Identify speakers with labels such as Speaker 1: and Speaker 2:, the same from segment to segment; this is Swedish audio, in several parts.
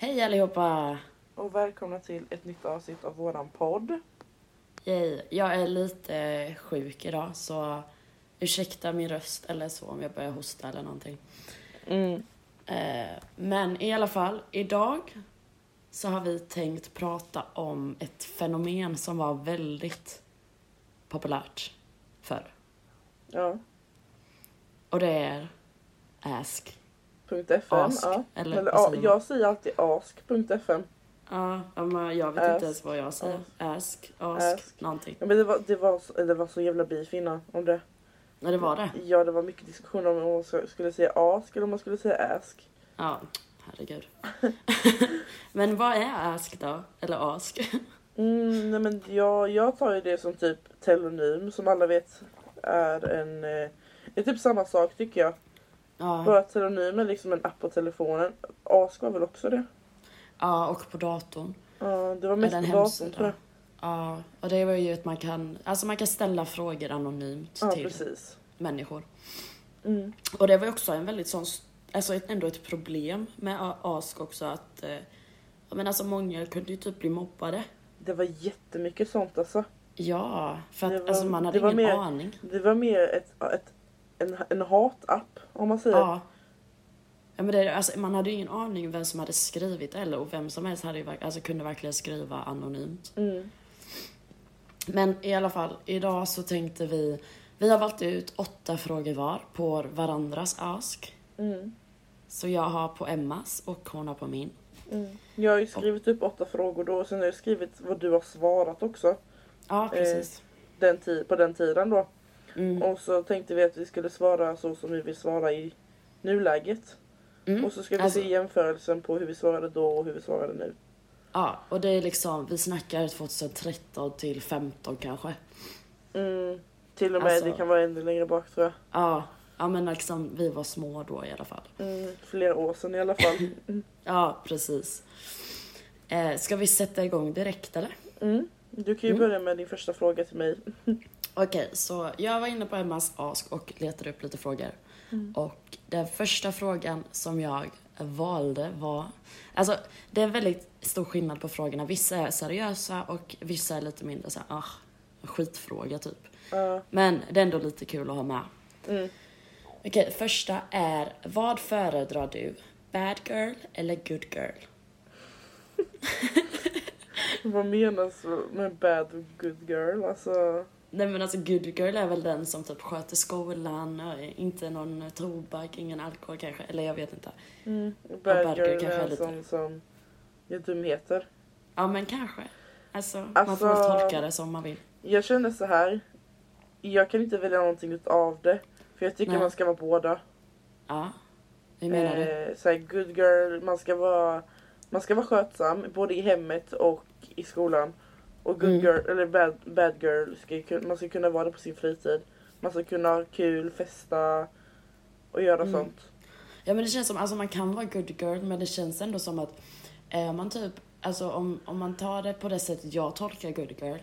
Speaker 1: allihopa!
Speaker 2: Och välkomna till ett nytt avsnitt av våran podd.
Speaker 1: Yay. Jag är lite sjuk idag så ursäkta min röst eller så om jag börjar hosta eller någonting. Mm. Eh, Men i alla fall, idag så har vi tänkt prata om ett fenomen som var väldigt populärt förr.
Speaker 2: Ja.
Speaker 1: Och det är Ask.
Speaker 2: Punkt .fm.
Speaker 1: Ask, Alltså,
Speaker 2: ja.
Speaker 1: eller
Speaker 2: Eller,
Speaker 1: vad
Speaker 2: ja,
Speaker 1: säger man?
Speaker 2: jag säger alltid ask.fm.
Speaker 1: Ja, ja, men jag vet
Speaker 2: Ask.
Speaker 1: inte ens vad jag säger. Ask, ask,
Speaker 2: Ask.
Speaker 1: någonting.
Speaker 2: Ja, men det, var, det, var, så- det var så jävla beef innan om det.
Speaker 1: Ja, det var det.
Speaker 2: Ja det var mycket diskussioner om man ska- skulle säga ask eller om man skulle säga ask.
Speaker 1: Ja, herregud. men vad är ask då? Eller ask?
Speaker 2: Mm, nej men jag, jag tar ju det som typ telonym som alla vet är en... eh, Det är typ samma sak tycker jag.
Speaker 1: Ja,
Speaker 2: Bara att telonym är liksom en app på telefonen. Ask var väl också det?
Speaker 1: ja och på datorn.
Speaker 2: Ja, det
Speaker 1: Eller
Speaker 2: var mest
Speaker 1: en
Speaker 2: på datorn
Speaker 1: hemsida.
Speaker 2: tror jag.
Speaker 1: Ja, och det var ju att man kan, alltså man kan ställa frågor anonymt
Speaker 2: Ja
Speaker 1: till
Speaker 2: precis.
Speaker 1: människor.
Speaker 2: Mm.
Speaker 1: Och det var ju också en väldigt sån, alltså ett, ändå ett problem med a- ask också att, eh, ja, men alltså många kunde ju typ bli mobbade.
Speaker 2: Det var jättemycket sånt alltså.
Speaker 1: Ja, för att
Speaker 2: Det var-
Speaker 1: alltså man hade
Speaker 2: det var
Speaker 1: ingen
Speaker 2: mer-
Speaker 1: aning.
Speaker 2: Det var mer ett, ett, en, en hatapp om man säger.
Speaker 1: Ja. Ja, men det, alltså, man hade ju ingen aning vem som hade skrivit eller och vem som helst hade, ju verk- alltså, kunde verkligen skriva anonymt.
Speaker 2: Mm.
Speaker 1: Men i alla fall, idag så tänkte vi... Vi har valt ut åtta frågor var på varandras ask.
Speaker 2: Mm.
Speaker 1: Så jag har på Emmas och hon har på min.
Speaker 2: Mm. Jag har ju skrivit upp åtta frågor då och sen har jag skrivit vad du har svarat också.
Speaker 1: Ja, precis.
Speaker 2: Eh. Den ti- på den tiden då.
Speaker 1: Mm.
Speaker 2: Och så tänkte vi att vi skulle svara så som vi vill svara i nuläget.
Speaker 1: Mm.
Speaker 2: Och så ska vi
Speaker 1: Alltså-
Speaker 2: se jämförelsen på hur vi svarade då och hur vi svarade nu.
Speaker 1: Ja, och det är liksom... Vi snackar 2013 till 15 kanske.
Speaker 2: Mm. Till och med,
Speaker 1: Alltså-
Speaker 2: det kan vara ännu längre bak tror jag.
Speaker 1: Ja, ja men liksom vi var små då i alla fall.
Speaker 2: Mm. Flera år sedan i alla fall.
Speaker 1: Ja, precis. Eh, ska vi sätta igång direkt eller?
Speaker 2: Mm. Du kan ju börja med din första fråga till mig.
Speaker 1: Okej, så jag var inne på Emmas Ask och letade upp lite frågor. Och den första frågan som jag valde var... Alltså, det är väldigt stor skillnad på frågorna. Vissa är seriösa och vissa är lite mindre så här, ah, skitfråga typ.
Speaker 2: Ja.
Speaker 1: Men det är ändå lite kul att ha med.
Speaker 2: Mm.
Speaker 1: Okej, första är, vad föredrar du? Bad girl eller good girl?
Speaker 2: Vad menas med bad och good girl? Alltså,
Speaker 1: Nej men alltså good girl är väl den som typ sköter skolan, och inte någon tobak, ingen alkohol kanske, eller jag vet inte.
Speaker 2: bad,
Speaker 1: Mm. bad girl
Speaker 2: girl
Speaker 1: kanske
Speaker 2: är
Speaker 1: är
Speaker 2: en
Speaker 1: lite-
Speaker 2: sån som gör dumheter.
Speaker 1: Ja men kanske. Alltså, man
Speaker 2: Alltså-
Speaker 1: får väl tolka det som man vill.
Speaker 2: Jag känner så här. Jag kan inte välja någonting utav det. För jag tycker
Speaker 1: Nej.
Speaker 2: man ska vara båda.
Speaker 1: Ja. Hur menar du?
Speaker 2: Eh, så här, good girl, man ska vara man ska vara skötsam både i hemmet och i skolan. Och good
Speaker 1: Mm.
Speaker 2: girl, eller bad, bad girl, ska, ju kun- man ska kunna vara det på sin fritid. Man ska kunna ha kul, festa och göra
Speaker 1: Mm.
Speaker 2: sånt.
Speaker 1: Ja men det känns som, alltså man kan vara good girl men det känns ändå som att är man typ, alltså om, om man tar det på det sättet jag tolkar good girl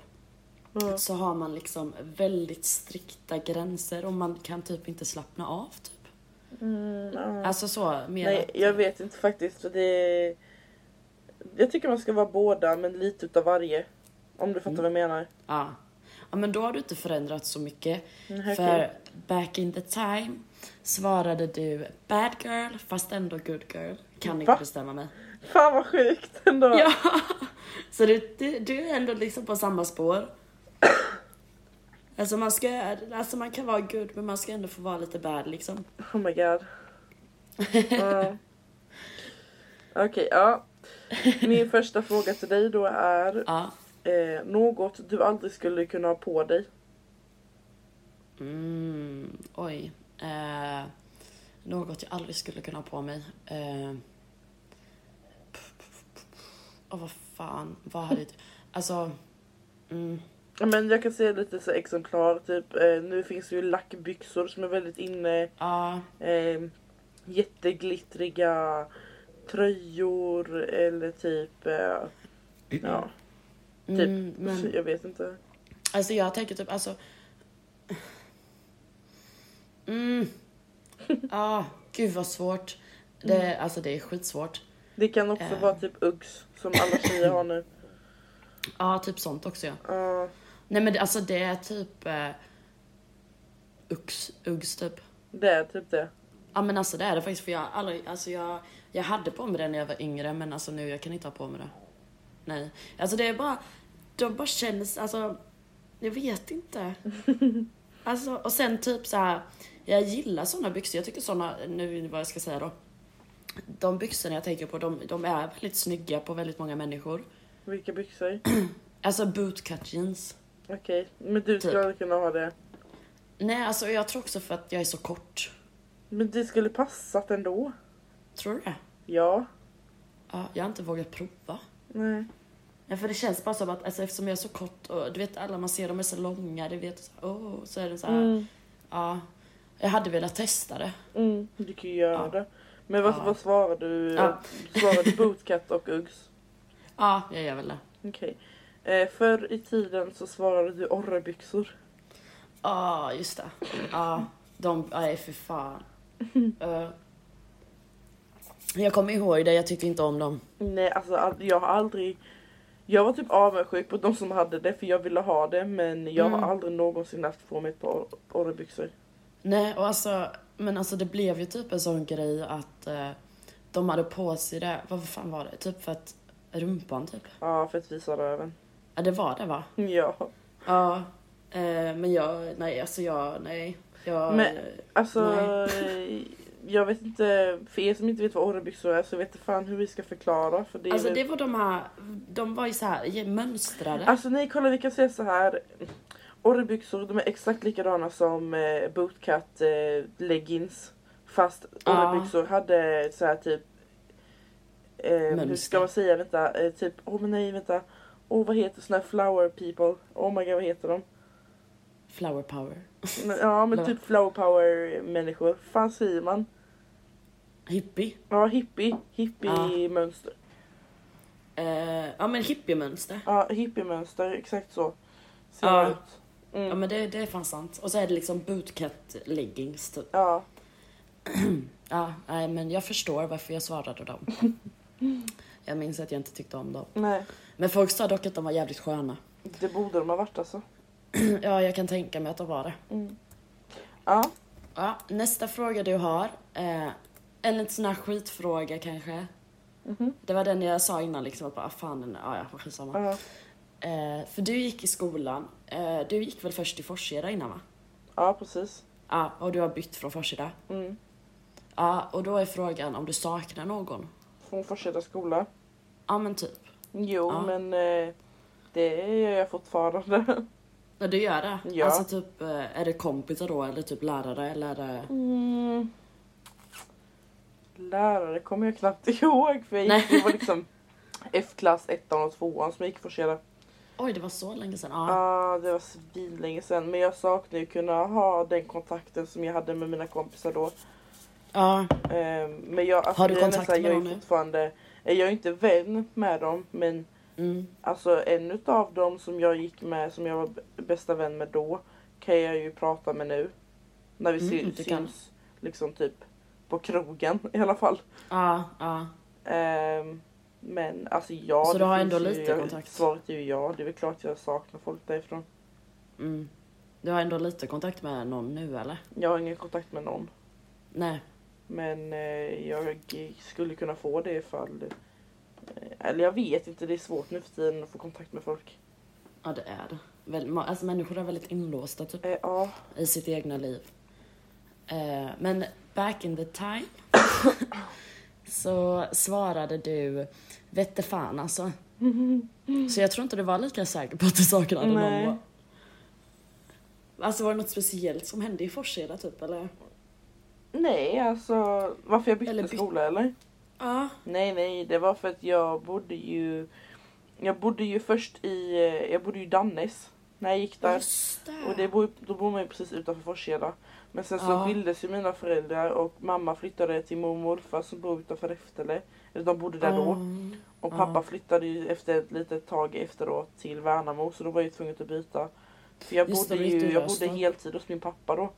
Speaker 2: Mm.
Speaker 1: så har man liksom väldigt strikta gränser och man kan typ inte slappna av typ.
Speaker 2: Mm, ja.
Speaker 1: Alltså så, mer
Speaker 2: Nej,
Speaker 1: att-
Speaker 2: jag vet inte faktiskt. för Det... Jag tycker man ska vara båda men lite utav varje. Om du fattar
Speaker 1: Mm.
Speaker 2: vad jag menar.
Speaker 1: Ja. ja, men då har du inte förändrats så mycket.
Speaker 2: Nej,
Speaker 1: För
Speaker 2: Mm, okej.
Speaker 1: back in the time svarade du bad girl fast ändå good girl. Kan
Speaker 2: Va?
Speaker 1: inte bestämma mig.
Speaker 2: Fan vad sjukt ändå.
Speaker 1: Ja. Så du, du, du är ändå liksom på samma spår. Alltså man, ska, alltså man kan vara good men man ska ändå få vara lite bad liksom.
Speaker 2: Oh my god. Ja. Okej, ja. Min första fråga till dig då är
Speaker 1: Ja.
Speaker 2: eh, något du aldrig skulle kunna ha på dig.
Speaker 1: Mm, oj. Eh, något jag aldrig skulle kunna ha på mig. Eh, Åh, vad fan. Vad hade jag... Alltså... Mm,
Speaker 2: Ja, Men jag kan säga lite så exemplar, typ eh, nu finns det ju lackbyxor som är väldigt inne,
Speaker 1: ja,
Speaker 2: eh, jätteglittriga tröjor eller typ, eh, ja, typ,
Speaker 1: mm, men
Speaker 2: jag vet inte.
Speaker 1: alltså jag tänker typ alltså... Mm. Ja, gud vad svårt. Det, Alltså det är skitsvårt.
Speaker 2: Det kan också
Speaker 1: Eh.
Speaker 2: vara typ Uggs som alla tjejer har nu.
Speaker 1: Ja, typ sånt också ja.
Speaker 2: Ja.
Speaker 1: Nej men det- alltså det är typ... Eh, Uggs, Uggs typ.
Speaker 2: det är typ det.
Speaker 1: Ja men alltså det är det faktiskt för jag, har aldrig, alltså jag, jag hade på mig det när jag var yngre men alltså nu jag kan inte ha på mig det. Nej. Alltså det är bara, de bara känns, alltså jag vet inte. Alltså och sen typ så här, jag gillar såna byxor, jag tycker såna, nu vad jag ska säga då. De byxorna jag tänker på de, de är väldigt snygga på väldigt många människor.
Speaker 2: Vilka byxor?
Speaker 1: Alltså bootcut jeans.
Speaker 2: Okej, men du
Speaker 1: Typ.
Speaker 2: skulle aldrig kunna ha det.
Speaker 1: Nej alltså jag tror också för att jag är så kort.
Speaker 2: Men det skulle passat ändå.
Speaker 1: Tror du det?
Speaker 2: Ja.
Speaker 1: Ja, jag har inte vågat prova.
Speaker 2: Nej.
Speaker 1: Ja, för det känns bara som att alltså, eftersom jag är så kort och du vet alla man ser de är så långa, du vet så, här, åh, så är det så här. Ja, jag hade velat testa det.
Speaker 2: Mm. Du kan ju göra
Speaker 1: Ja.
Speaker 2: det. Men vad,
Speaker 1: Ja.
Speaker 2: vad svarar du?
Speaker 1: Ja.
Speaker 2: Svarar du bootcut och Uggs?
Speaker 1: Ja, jag gör väl det.
Speaker 2: Okej. Eh, förr i tiden så svarade du orrebyxor.
Speaker 1: Ja, just det. Ja, de, nej för fan. Eh, jag kommer ihåg det, jag tyckte inte om dem.
Speaker 2: Nej, alltså all- jag har aldrig... Jag var typ avundsjuk på de som hade det för jag ville ha det men jag
Speaker 1: Mm.
Speaker 2: har aldrig någonsin haft på mig ett par orrebyxor.
Speaker 1: Nej, och alltså, men alltså det blev ju typ en sån grej att eh, de hade på sig det, vad fan var det? Typ för att rumpan typ.
Speaker 2: Ja, för att visa röven.
Speaker 1: Ja, det var det va?
Speaker 2: Ja.
Speaker 1: Ja, eh, men jag, nej alltså jag, nej. Jag, eh,
Speaker 2: Men- Alltså, jag vet inte, för er som inte vet vad orrebyxor är så vet jag fan hur vi ska förklara. För det är
Speaker 1: alltså
Speaker 2: väl-
Speaker 1: det var de här, de var ju så här mönstrade.
Speaker 2: Alltså nej kolla vi kan säga så här. Orrebyxor de är exakt likadana som eh, bootcut eh, leggings. Fast
Speaker 1: Ja.
Speaker 2: orrebyxor hade så här typ eh, hur
Speaker 1: Mönster.
Speaker 2: ska man säga vänta eh, typ åh men nej vänta. Åh vad heter såna här flower people? Oh my god vad heter de?
Speaker 1: Flower power.
Speaker 2: Men, ja men
Speaker 1: Nej.
Speaker 2: typ flower power människor. Fan säger man?
Speaker 1: Hippie.
Speaker 2: Ja hippie, hippie mönster.
Speaker 1: Eh, ja men hippiemönster.
Speaker 2: Ja hippie mönster exakt så. Ser
Speaker 1: Ja.
Speaker 2: det ut. Mm.
Speaker 1: Ja men det, det är fan sant. Och så är det liksom bootcut leggings typ.
Speaker 2: ja.
Speaker 1: Ja, nej men jag förstår varför jag svarade dem. Jag minns att jag inte tyckte om dem.
Speaker 2: Nej.
Speaker 1: Men folk sa dock att de var jävligt sköna.
Speaker 2: Det borde de ha varit alltså.
Speaker 1: Ja, jag kan tänka mig att de var det.
Speaker 2: Ja.
Speaker 1: Ja, nästa fråga du har. Eh, en liten sån här skitfråga kanske. Det var den jag sa innan liksom att bara, ah, fan, ja ja, skitsamma.
Speaker 2: Mhm. ja.
Speaker 1: Eh, för du gick i skolan, eh, du gick väl först i Forsheda innan va?
Speaker 2: Ja, precis.
Speaker 1: Ja, och du har bytt från Forsheda.
Speaker 2: Mm.
Speaker 1: Ja, och då är frågan om du saknar någon?
Speaker 2: Från Forsheda skola.
Speaker 1: Ja men typ.
Speaker 2: Jo,
Speaker 1: Ja.
Speaker 2: men eh, det gör jag fortfarande.
Speaker 1: Ja, du gör det?
Speaker 2: Ja.
Speaker 1: Alltså typ, eh, är det kompisar då eller typ lärare eller? eh,
Speaker 2: Mm. Lärare kommer jag knappt ihåg för jag
Speaker 1: Nej.
Speaker 2: gick, det var liksom F-klass, ettan och tvåan som jag gick i Forsheda.
Speaker 1: Oj, det var så länge sedan.
Speaker 2: Ja,
Speaker 1: Ja.
Speaker 2: det var svinlänge sedan. Men jag saknar ju kunna ha den kontakten som jag hade med mina kompisar då.
Speaker 1: ja.
Speaker 2: Eh, men jag, alltså,
Speaker 1: Har du
Speaker 2: det är
Speaker 1: kontakt
Speaker 2: nästan-
Speaker 1: med
Speaker 2: jag är
Speaker 1: dem nu?
Speaker 2: fortfarande, eh, Jag är inte vän med dem, men
Speaker 1: Mm.
Speaker 2: Alltså en utav dem som jag gick med, som jag var b- bästa vän med då, kan jag ju prata med nu. När vi
Speaker 1: Mm,
Speaker 2: sy-
Speaker 1: det kan du.
Speaker 2: syns liksom typ på krogen i alla fall.
Speaker 1: Ja, ja.
Speaker 2: Ehm, men alltså ja.
Speaker 1: Så du
Speaker 2: det
Speaker 1: har
Speaker 2: finns
Speaker 1: ändå
Speaker 2: ju-
Speaker 1: lite
Speaker 2: jag-
Speaker 1: kontakt?
Speaker 2: Svaret är ju ja, det är väl klart jag saknar folk därifrån.
Speaker 1: Mm. Du har ändå lite kontakt med någon nu eller?
Speaker 2: Jag har ingen kontakt med någon.
Speaker 1: Nej.
Speaker 2: Men eh, jag g- skulle kunna få det ifall... eh, Eller jag vet inte, det är svårt nu för tiden att få kontakt med folk.
Speaker 1: Ja det är det. Väl, ma- alltså människor är väldigt inlåsta typ
Speaker 2: Eh, ja,
Speaker 1: i sitt egna liv. Eh, men back in the time så svarade du vette fan alltså. Så jag tror inte du var lika säker på att du saknade
Speaker 2: Nej.
Speaker 1: någon. Alltså var det något speciellt som hände i Forsheda typ eller?
Speaker 2: Nej, alltså varför jag bytte
Speaker 1: Eller byt-
Speaker 2: skola eller?
Speaker 1: Ja.
Speaker 2: Nej, nej, det var för att jag bodde ju... Jag bodde ju först i... eh, Jag bodde ju i Dannes när jag gick där.
Speaker 1: Just det.
Speaker 2: Och det bor, då bor man ju precis utanför Forsheda. Men sen så
Speaker 1: Ja.
Speaker 2: skildes ju mina föräldrar och mamma flyttade till mormor och morfar som bor utanför Reftele. Eller de bodde där då.
Speaker 1: Mm.
Speaker 2: Och
Speaker 1: ja.
Speaker 2: pappa flyttade ju efter ett litet tag efteråt till Värnamo så då var jag ju tvungen att byta. För jag
Speaker 1: Just det,
Speaker 2: bodde
Speaker 1: då gick du
Speaker 2: ju
Speaker 1: i
Speaker 2: jag
Speaker 1: Rösta.
Speaker 2: bodde heltid hos min pappa då.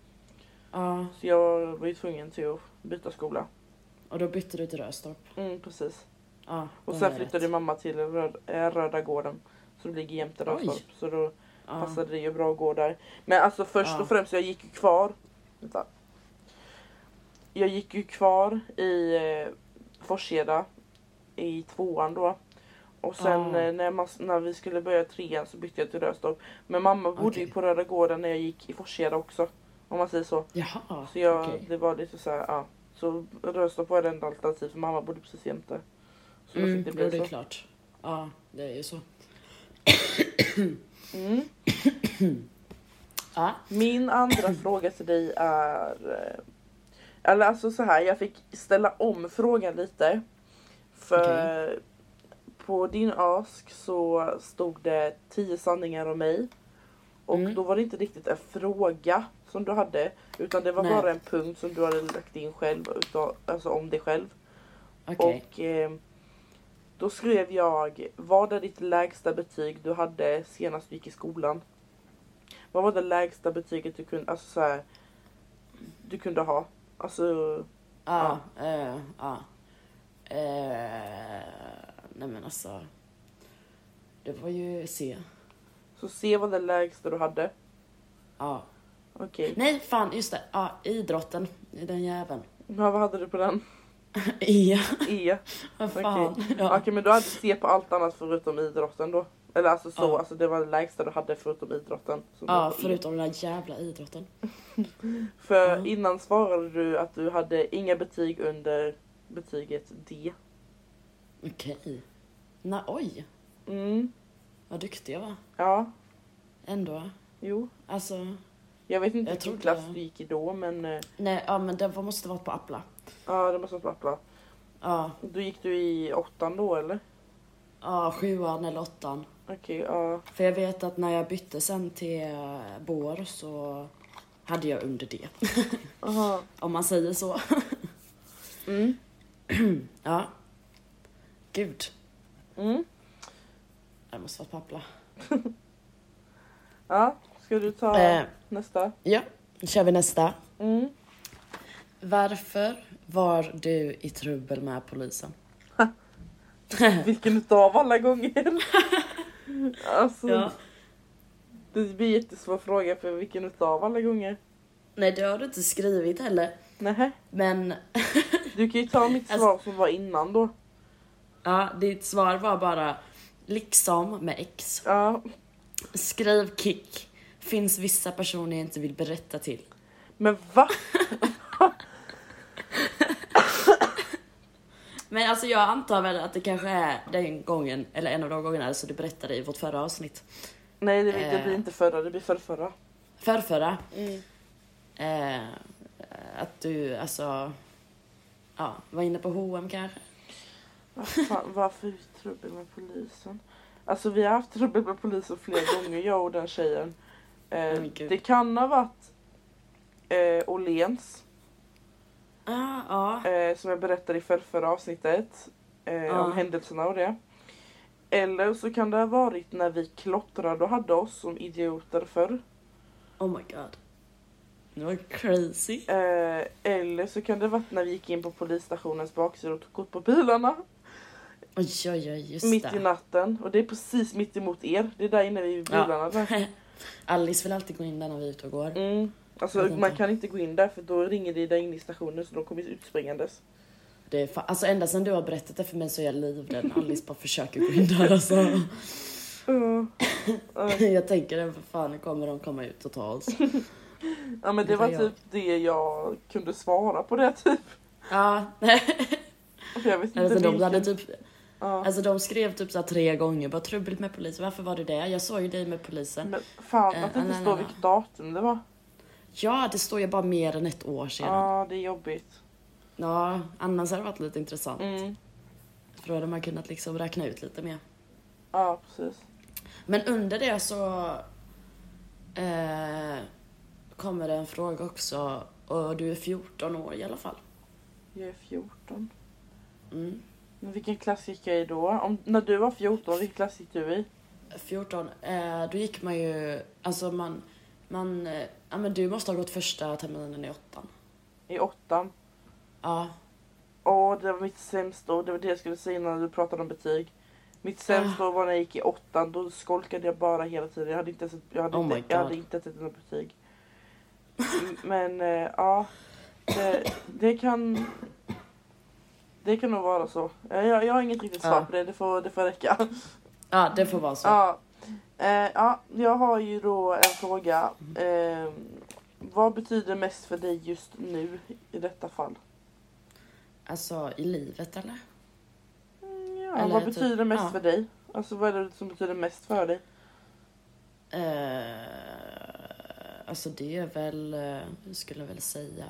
Speaker 1: Ja.
Speaker 2: Så jag var ju tvungen till att byta skola.
Speaker 1: Och då bytte du till Röstorp.
Speaker 2: Mm, precis.
Speaker 1: Ja,
Speaker 2: Och
Speaker 1: det
Speaker 2: sen
Speaker 1: är
Speaker 2: flyttade
Speaker 1: rätt.
Speaker 2: mamma till Röd, äh, Röda gården som ligger jämte Dalstorp. Så då
Speaker 1: ja.
Speaker 2: passade det ju bra att gå där. Men alltså först
Speaker 1: Ja.
Speaker 2: och främst, jag gick ju kvar. Vänta. Jag gick ju kvar i eh, Forsheda i tvåan då. Och sen
Speaker 1: Ah.
Speaker 2: eh, när, man, när vi skulle börja trean så bytte jag till Röstorp. Men mamma bodde ju
Speaker 1: Okej.
Speaker 2: på Röda gården när jag gick i Forsheda också. Om man säger så.
Speaker 1: Jaha,
Speaker 2: Så jag,
Speaker 1: okej.
Speaker 2: det var lite så här, ja. Så Röstorp var det enda alternativet för mamma bodde precis jämte. Så då
Speaker 1: Mm,
Speaker 2: fick det
Speaker 1: jo, det
Speaker 2: bli
Speaker 1: är
Speaker 2: så.
Speaker 1: klart. Ja, det är ju så.
Speaker 2: Mm.
Speaker 1: Ja.
Speaker 2: Min andra fråga till dig är... eh, Eller alltså så här, jag fick ställa om frågan lite. För på din ask så stod det 10 sanningar om mig. Och
Speaker 1: Mm.
Speaker 2: då var det inte riktigt en fråga som du hade. Utan det var
Speaker 1: Nej.
Speaker 2: bara en punkt som du hade lagt in själv, utav, alltså om dig själv.
Speaker 1: Okej.
Speaker 2: Och eh, då skrev jag, vad är ditt lägsta betyg du hade senast du gick i skolan? Vad var det lägsta betyget du kunde, alltså så här, du kunde ha? Alltså,
Speaker 1: Ja, eh, ja. Eh, nej men alltså. Det var ju C.
Speaker 2: så se vad det lägsta du hade.
Speaker 1: Ja.
Speaker 2: Okej,
Speaker 1: Nej, fan just det. Ja, idrotten. I den jäveln.
Speaker 2: ja, vad hade du på den?
Speaker 1: E.
Speaker 2: E?
Speaker 1: Vad
Speaker 2: Okej.
Speaker 1: fan.
Speaker 2: Okej
Speaker 1: Ja.
Speaker 2: men du hade C på allt annat förutom idrotten då? Eller alltså så,
Speaker 1: Ja.
Speaker 2: alltså det var det lägsta du hade förutom idrotten. Så det var
Speaker 1: ja,
Speaker 2: E.
Speaker 1: förutom den där jävla idrotten.
Speaker 2: För
Speaker 1: Ja.
Speaker 2: innan svarade du att du hade inga betyg under betyget D.
Speaker 1: Okej. Nej, oj.
Speaker 2: Mm.
Speaker 1: Vad duktig jag var.
Speaker 2: Ja,
Speaker 1: Ändå.
Speaker 2: jo.
Speaker 1: Alltså.
Speaker 2: Jag vet inte
Speaker 1: Jag
Speaker 2: vilken
Speaker 1: trodde-
Speaker 2: klass du gick i då men eh,
Speaker 1: Nej, ja men det var- måste varit på Appla.
Speaker 2: ja det måste vara Appla.
Speaker 1: Ja,
Speaker 2: Då gick du i åttan då eller?
Speaker 1: ja, sjuan eller åttan.
Speaker 2: Okej, ja.
Speaker 1: För jag vet att när jag bytte sen till eh, Bår så hade jag under det.
Speaker 2: Aha.
Speaker 1: Om man säger så.
Speaker 2: Mm.
Speaker 1: Ja. Gud.
Speaker 2: Mm.
Speaker 1: Jag måste varit på Appla.
Speaker 2: Ja, ska du ta
Speaker 1: Eh.
Speaker 2: nästa?
Speaker 1: Ja, då kör vi nästa.
Speaker 2: Mm.
Speaker 1: Varför var du i trubbel med polisen?
Speaker 2: Vilken utav alla gånger? alltså, det blir jättesvår fråga för vilken utav alla gånger?
Speaker 1: Nej, det har du inte skrivit heller.
Speaker 2: Nej.
Speaker 1: Men
Speaker 2: Du kan ju ta mitt
Speaker 1: Alltså-
Speaker 2: svar som var innan då.
Speaker 1: ja, ditt svar var bara liksom med X.
Speaker 2: Ja.
Speaker 1: Skriv kick. Finns vissa personer jag inte vill berätta till.
Speaker 2: Men va?
Speaker 1: Men alltså jag antar väl att det kanske är den gången, eller en av de gångerna som du berättade i vårt förra avsnitt.
Speaker 2: Nej det, blir- det
Speaker 1: Eh.
Speaker 2: blir inte förra, det blir förra, förra.
Speaker 1: Förrförra.
Speaker 2: Mm.
Speaker 1: Eh, att du alltså, ja, var inne på H&M kanske?
Speaker 2: Vad fan, varför är vi trubbel med polisen? Alltså vi har haft trubbel med polisen flera gånger, jag och den tjejen. Eh,
Speaker 1: Men gud.
Speaker 2: det kan ha varit eh, Åhléns,
Speaker 1: Ah, ja,
Speaker 2: eh, som jag berättade i förra, förra avsnittet. Eh,
Speaker 1: Ja.
Speaker 2: Om händelserna och det. Eller så kan det ha varit när vi klottrade och hade oss som idioter förr.
Speaker 1: oh my god. Det var crazy.
Speaker 2: Eh, eller så kan det ha varit när vi gick in på polisstationens baksida och tog kort på bilarna.
Speaker 1: Oj, oj, oj, just
Speaker 2: Mitt i
Speaker 1: det.
Speaker 2: natten. Och det är precis mitt emot er. Det är där inne vid bilarna. Där.
Speaker 1: Alice vill alltid gå in där när vi är ute och går.
Speaker 2: Mm.
Speaker 1: Jag
Speaker 2: Alltså
Speaker 1: vet
Speaker 2: man
Speaker 1: inte.
Speaker 2: kan inte gå in där för då ringer det där inne i stationen så de kommer utspringandes.
Speaker 1: Det är fa- alltså ända sedan du har berättat det för mig så är jag livrädd när Alice bara försöker gå in där alltså.
Speaker 2: Ja. Ja.
Speaker 1: Jag tänker den för fan, nu kommer de komma ut och ta oss.
Speaker 2: Ja men det
Speaker 1: Det
Speaker 2: var
Speaker 1: gör
Speaker 2: typ det jag kunde svara på det typ.
Speaker 1: Ja, nej.
Speaker 2: För jag vet inte
Speaker 1: Alltså, de,
Speaker 2: vilken.
Speaker 1: hade typ,
Speaker 2: ja.
Speaker 1: alltså, de skrev typ så här tre gånger, bara trubbigt med polisen, varför var det det? Jag såg ju dig med polisen.
Speaker 2: Men fan
Speaker 1: Eh,
Speaker 2: att det inte
Speaker 1: nej,
Speaker 2: står
Speaker 1: nej, nej.
Speaker 2: vilket datum det var.
Speaker 1: Ja, det står ju bara mer än ett år sedan. Ja,
Speaker 2: Ja det är jobbigt.
Speaker 1: annars hade det varit lite intressant.
Speaker 2: Mm.
Speaker 1: För då hade man kunnat liksom räkna ut lite mer.
Speaker 2: Ja precis.
Speaker 1: Men under det så eh, kommer det en fråga också. Och du är 14 år i alla fall.
Speaker 2: Jag är 14.
Speaker 1: Mm.
Speaker 2: Men vilken klass gick jag i då? Om, när du var 14, vilken klass gick du i?
Speaker 1: 14, eh, då gick man ju, alltså man, man, eh, ja men du måste ha gått första terminen i åttan.
Speaker 2: I åttan?
Speaker 1: Ja.
Speaker 2: Åh, det var mitt sämsta år. Det var det jag skulle säga innan du pratade om betyg. Mitt sämsta år var när jag gick i åttan. Då skolkade jag bara hela tiden. Jag hade inte ens ett, jag hade
Speaker 1: Oh my
Speaker 2: inte, jag hade
Speaker 1: God.
Speaker 2: inte ens ett enda betyg. M- Men eh, ja, det, det kan... Det kan nog vara så. Eh, Jag, jag har inget riktigt
Speaker 1: Ja.
Speaker 2: svar på det. Det får, det får räcka.
Speaker 1: Ja, det får vara så.
Speaker 2: Ja. Eh, ja, jag har ju då en fråga.
Speaker 1: Mm.
Speaker 2: Eh, vad betyder mest för dig just nu i detta fall?
Speaker 1: Alltså i livet eller?
Speaker 2: Ja,
Speaker 1: Eller
Speaker 2: vad
Speaker 1: typ-
Speaker 2: betyder mest
Speaker 1: ja.
Speaker 2: för dig? Alltså vad är det som betyder mest för dig?
Speaker 1: Eh, alltså det är väl, eh, jag skulle väl säga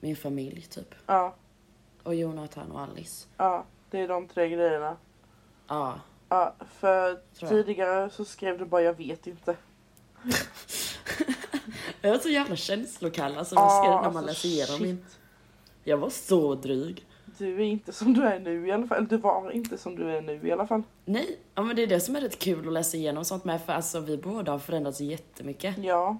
Speaker 1: min familj typ.
Speaker 2: Ja,
Speaker 1: Och Jonathan och Alice.
Speaker 2: ja, det är de tre grejerna.
Speaker 1: Ja,
Speaker 2: Ja, för
Speaker 1: Tror jag.
Speaker 2: tidigare så skrev du bara jag vet inte.
Speaker 1: jag var så jävla känslokall alltså,
Speaker 2: Ja,
Speaker 1: vad ska det när man
Speaker 2: alltså,
Speaker 1: läser igenom
Speaker 2: shit.
Speaker 1: min. Jag var så dryg.
Speaker 2: Du är inte som du är nu i alla fall. Eller du var inte som du är nu i alla fall.
Speaker 1: Nej, ja, men det är det som är rätt kul att läsa igenom sånt med för alltså vi båda har förändrats jättemycket.
Speaker 2: Ja,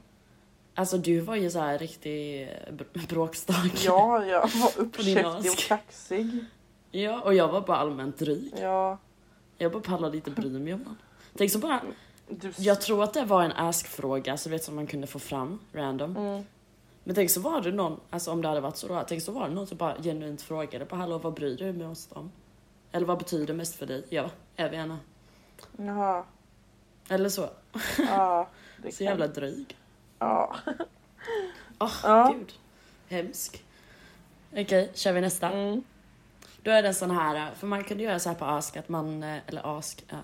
Speaker 1: Alltså du var ju så här riktig eh, br- bråkstake.
Speaker 2: ja jag var uppkäftig och
Speaker 1: mask.
Speaker 2: kaxig.
Speaker 1: ja. Och jag var bara allmänt dryg.
Speaker 2: Ja,
Speaker 1: Jag bara pallade inte bry mig om någon. Tänk så bara,
Speaker 2: du...
Speaker 1: jag tror att det var en ask-fråga så vet som man kunde få fram random.
Speaker 2: Mm.
Speaker 1: Men tänk så var det någon, alltså om det hade varit så då, tänk så var det någon som bara genuint frågade bara hallå vad bryr du dig mest om? Eller vad betyder det mest för dig? Ja, jag vet inte.
Speaker 2: Jaha.
Speaker 1: Eller så.
Speaker 2: Ja, det
Speaker 1: Så jävla dryg.
Speaker 2: Ja.
Speaker 1: Åh
Speaker 2: Ja.
Speaker 1: gud. Hemsk. Okej, kör vi nästa.
Speaker 2: Mm.
Speaker 1: Då är det en sån här, för man kunde göra så här på Ask att man, eh, eller Ask, ja,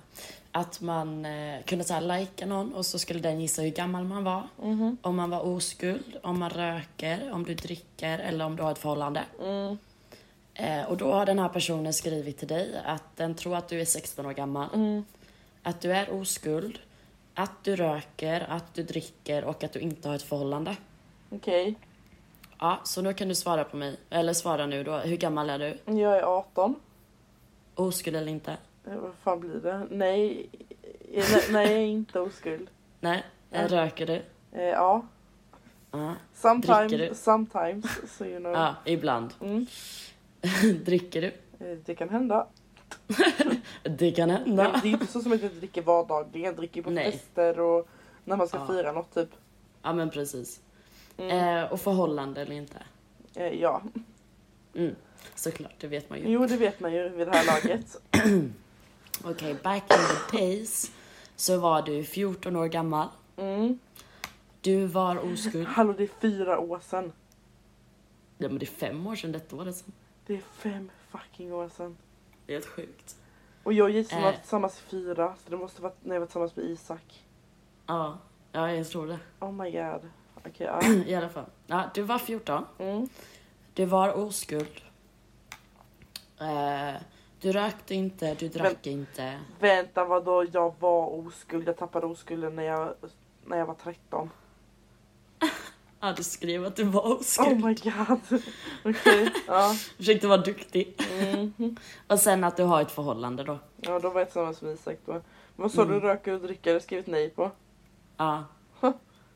Speaker 1: att man eh, kunde så här likea någon och så skulle den gissa hur gammal man var. Om man var oskuld, om man röker, om du dricker eller om du har ett förhållande.
Speaker 2: Mm.
Speaker 1: Eh, och då har den här personen skrivit till dig att den tror att du är 16 år gammal,
Speaker 2: Mm.
Speaker 1: att du är oskuld, att du röker, att du dricker och att du inte har ett förhållande.
Speaker 2: Okej,
Speaker 1: Ja, så nu kan du svara på mig, eller svara nu då, hur gammal är du?
Speaker 2: jag är 18.
Speaker 1: Oskuld eller inte?
Speaker 2: Eh, Vad fan blir det? Nej, eh, nej, nej jag är inte oskuld.
Speaker 1: Nej.
Speaker 2: Ja. Mm.
Speaker 1: Röker du?
Speaker 2: Eh, ja,
Speaker 1: Ja. Dricker du?
Speaker 2: sometimes, sometimes, so you know.
Speaker 1: Ja, ibland.
Speaker 2: Mm.
Speaker 1: Dricker du?
Speaker 2: Eh, det kan hända.
Speaker 1: Det kan
Speaker 2: Nej.
Speaker 1: hända.
Speaker 2: Det är inte så som att jag dricker vardagligen. Jag dricker på
Speaker 1: Nej.
Speaker 2: fester och när man ska
Speaker 1: Ja.
Speaker 2: fira något typ.
Speaker 1: Ja, men precis.
Speaker 2: Mm.
Speaker 1: Eh, och förhållande eller inte?
Speaker 2: Eh, ja,
Speaker 1: Mm. Såklart, det vet man ju.
Speaker 2: jo det vet man ju vid det här laget.
Speaker 1: Okej, back in the days så var du 14 år gammal.
Speaker 2: Mm.
Speaker 1: Du var oskuld.
Speaker 2: Hallå det är fyra år sedan.
Speaker 1: Ja, men det är fem år sedan detta året sedan.
Speaker 2: Det är fem fucking år sedan.
Speaker 1: Det är helt sjukt.
Speaker 2: Och jag och Jason har
Speaker 1: Eh.
Speaker 2: varit tillsammans i fyra, så det måste varit när jag var tillsammans med Isak.
Speaker 1: Ja, ja jag tror det.
Speaker 2: Oh my god. Okej, ja.
Speaker 1: I alla fall. Ja, du var 14.
Speaker 2: Mm.
Speaker 1: Du var oskuld. Eh, du rökte inte, du drack inte.
Speaker 2: Vänta vadå, jag var oskuld. Jag tappade oskulden när jag, när jag var 13.
Speaker 1: Ja, du skrev att du var oskuld.
Speaker 2: Oh my god. Okej, ja.
Speaker 1: Försökte vara duktig.
Speaker 2: Mhm.
Speaker 1: Och sen att du har ett förhållande då.
Speaker 2: Ja, då var jag tillsammans med Isak då. Men Vad sa du,
Speaker 1: Mm.
Speaker 2: röka och dricka? Det har skrivit nej på.
Speaker 1: Ja.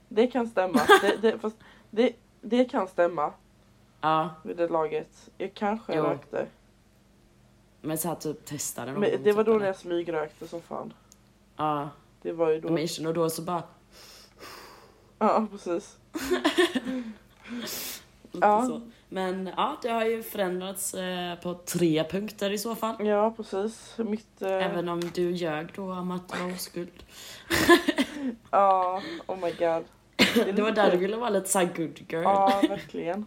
Speaker 2: Det kan stämma. Det, det, fast det, det kan stämma
Speaker 1: Ja.
Speaker 2: vid det laget. Jag kanske
Speaker 1: Jo.
Speaker 2: rökte.
Speaker 1: Men så här typ testade någon.
Speaker 2: Men det var
Speaker 1: typ,
Speaker 2: då när
Speaker 1: eller?
Speaker 2: jag smygrökte som fan.
Speaker 1: Ja.
Speaker 2: Det var ju då.
Speaker 1: Men ish, och då så bara...
Speaker 2: Ja, precis.
Speaker 1: lite
Speaker 2: Ja.
Speaker 1: Så. Men ja, det har ju förändrats eh, på tre punkter i så fall.
Speaker 2: Ja, precis. Mitt... eh,
Speaker 1: Även om du ljög då om att du var oskuld.
Speaker 2: Ja, oh my god. är
Speaker 1: Det var
Speaker 2: lite
Speaker 1: där du
Speaker 2: kul.
Speaker 1: ville vara lite såhär good girl. Ja,
Speaker 2: Ja, verkligen.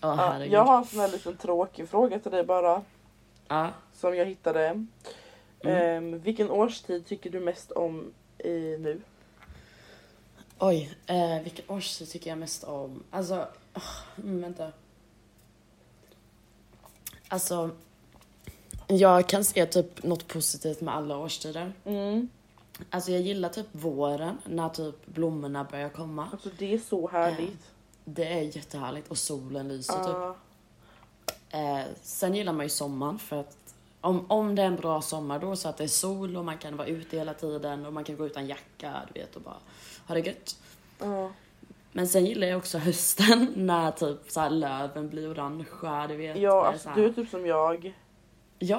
Speaker 2: Ja,
Speaker 1: herregud.
Speaker 2: jag har en sån här liten tråkig fråga till dig bara.
Speaker 1: Ja.
Speaker 2: Som jag hittade.
Speaker 1: Mm.
Speaker 2: Ehm, vilken årstid tycker du mest om i nu?
Speaker 1: Oj, eh, vilken årstid tycker jag mest om? Alltså, ah, mm, vänta. Alltså, jag kan se typ något positivt med alla årstider.
Speaker 2: Mm.
Speaker 1: Alltså jag gillar typ våren när typ blommorna börjar komma.
Speaker 2: Alltså det är så härligt.
Speaker 1: Det är jättehärligt och solen lyser typ.
Speaker 2: Ja,
Speaker 1: Eh, sen gillar man ju sommaren för att om, om det är en bra sommar då så att det är sol och man kan vara ute hela tiden och man kan gå utan jacka du vet och bara ha det gött.
Speaker 2: ja.
Speaker 1: Men sen gillar jag också hösten när typ så här löven blir orangea, du vet.
Speaker 2: Ja,
Speaker 1: eh,
Speaker 2: alltså,
Speaker 1: så här.
Speaker 2: du är typ som jag. jag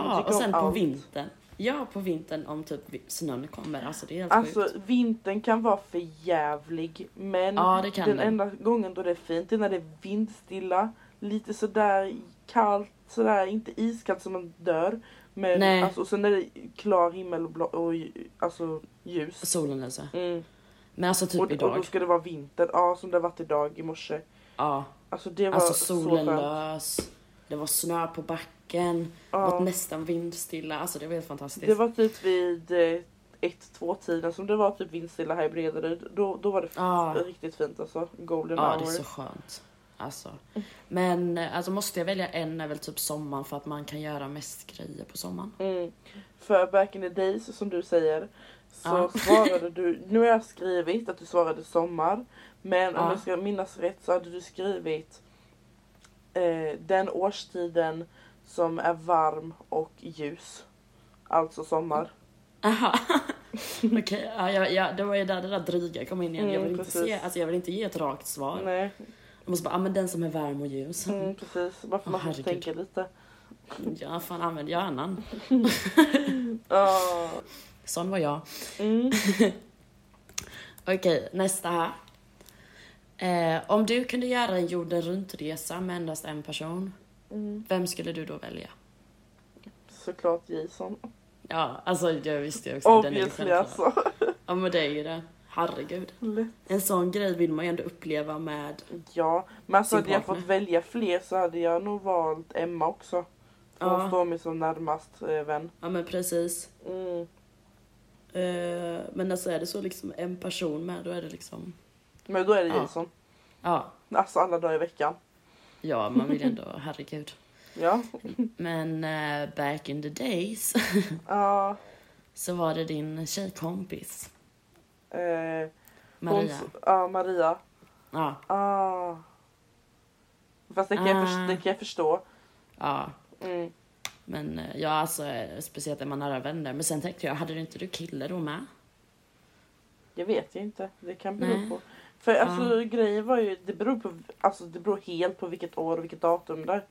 Speaker 1: ja
Speaker 2: tycker
Speaker 1: och
Speaker 2: om
Speaker 1: sen på
Speaker 2: allt.
Speaker 1: vintern. Ja, på vintern om typ vi- snön kommer. Alltså det är helt
Speaker 2: Alltså
Speaker 1: sjukt.
Speaker 2: vintern kan vara för jävlig men
Speaker 1: Ja, det kan
Speaker 2: den
Speaker 1: den.
Speaker 2: enda gången då det är fint det är när det är vindstilla, lite sådär kallt, sådär inte iskallt som man dör. Men
Speaker 1: Nej.
Speaker 2: alltså och sen är det klar himmel och, blå, och lj- alltså ljus.
Speaker 1: Solen alltså.
Speaker 2: Mm.
Speaker 1: Men alltså typ
Speaker 2: och, och då
Speaker 1: idag.
Speaker 2: ska det vara vinter, ja som det har varit idag i morse.
Speaker 1: Ja.
Speaker 2: Alltså det var
Speaker 1: Alltså
Speaker 2: så
Speaker 1: solen
Speaker 2: skönt.
Speaker 1: lös. Det var snö på backen.
Speaker 2: Ja.
Speaker 1: Var nästan vindstilla. Alltså det var helt fantastiskt.
Speaker 2: Det var typ vid 1-2 tiden som det var typ vindstilla här i Bredaryd. Då, då var det f-
Speaker 1: Ja.
Speaker 2: riktigt fint alltså. Golden
Speaker 1: Ja,
Speaker 2: hour.
Speaker 1: Ah. det är så skönt. Alltså. Men eh, alltså, måste jag välja en är väl typ sommaren för att man kan göra mest grejer på sommaren.
Speaker 2: Mm. För back in the days, som du säger, så
Speaker 1: Ja.
Speaker 2: svarade du... Nu har jag skrivit att du svarade sommar. Men om
Speaker 1: Ja.
Speaker 2: jag ska minnas rätt så hade du skrivit eh, den årstiden som är varm och ljus. Alltså sommar.
Speaker 1: Aha. Okej, ja, ja, ja, det var ju där det där dryga kom in igen. jag,
Speaker 2: Mm,
Speaker 1: vill inte
Speaker 2: precis.
Speaker 1: se, alltså, jag vill inte ge ett rakt svar.
Speaker 2: Nej,
Speaker 1: Jag måste bara, ah, men den som är varm och ljus.
Speaker 2: mm, precis. Varför
Speaker 1: Åh,
Speaker 2: man måste
Speaker 1: Ah, herregud.
Speaker 2: tänka lite. Mm.
Speaker 1: Ja, fan använd hjärnan.
Speaker 2: Ja.
Speaker 1: Sån var jag.
Speaker 2: Ah, Mm.
Speaker 1: Okej, nästa här. Eh, om du kunde göra en jorden runt-resa med endast en person,
Speaker 2: Mm.
Speaker 1: vem skulle du då välja?
Speaker 2: Såklart Jason.
Speaker 1: Ja, alltså jag visste ju också. den är ju
Speaker 2: Obviously
Speaker 1: självklar.
Speaker 2: alltså.
Speaker 1: Ja men det är ju det. Herregud.
Speaker 2: Lätt.
Speaker 1: En sån grej vill man ju ändå uppleva med...
Speaker 2: Ja, men alltså
Speaker 1: Sin
Speaker 2: hade jag
Speaker 1: partner.
Speaker 2: fått välja fler så hade jag nog valt Emma också. För
Speaker 1: Ja.
Speaker 2: hon står mig som närmast eh, vän.
Speaker 1: Ja men precis.
Speaker 2: Mm.
Speaker 1: Eh, men alltså är det så liksom en person med då är det liksom...
Speaker 2: Men då är det
Speaker 1: Ja.
Speaker 2: Jason.
Speaker 1: Ja,
Speaker 2: Alltså alla dagar i veckan.
Speaker 1: ja man vill ändå, herregud.
Speaker 2: Ja.
Speaker 1: Men eh, back in the days
Speaker 2: Ja.
Speaker 1: så var det din tjejkompis
Speaker 2: eh,
Speaker 1: Maria.
Speaker 2: hon- Ja, Maria.
Speaker 1: Ja,
Speaker 2: Ah. Fast det kan, jag
Speaker 1: Ah.
Speaker 2: för, det kan jag förstå.
Speaker 1: ja.
Speaker 2: Mm.
Speaker 1: Men eh, ja alltså eh, speciellt när man är nära vänner. Men sen tänkte jag, hade du inte du kille då med?
Speaker 2: Jag vet ju inte. Det kan bero
Speaker 1: Nej.
Speaker 2: på. För alltså grejen var ju, det beror på, alltså det beror helt på vilket år och vilket datum det är.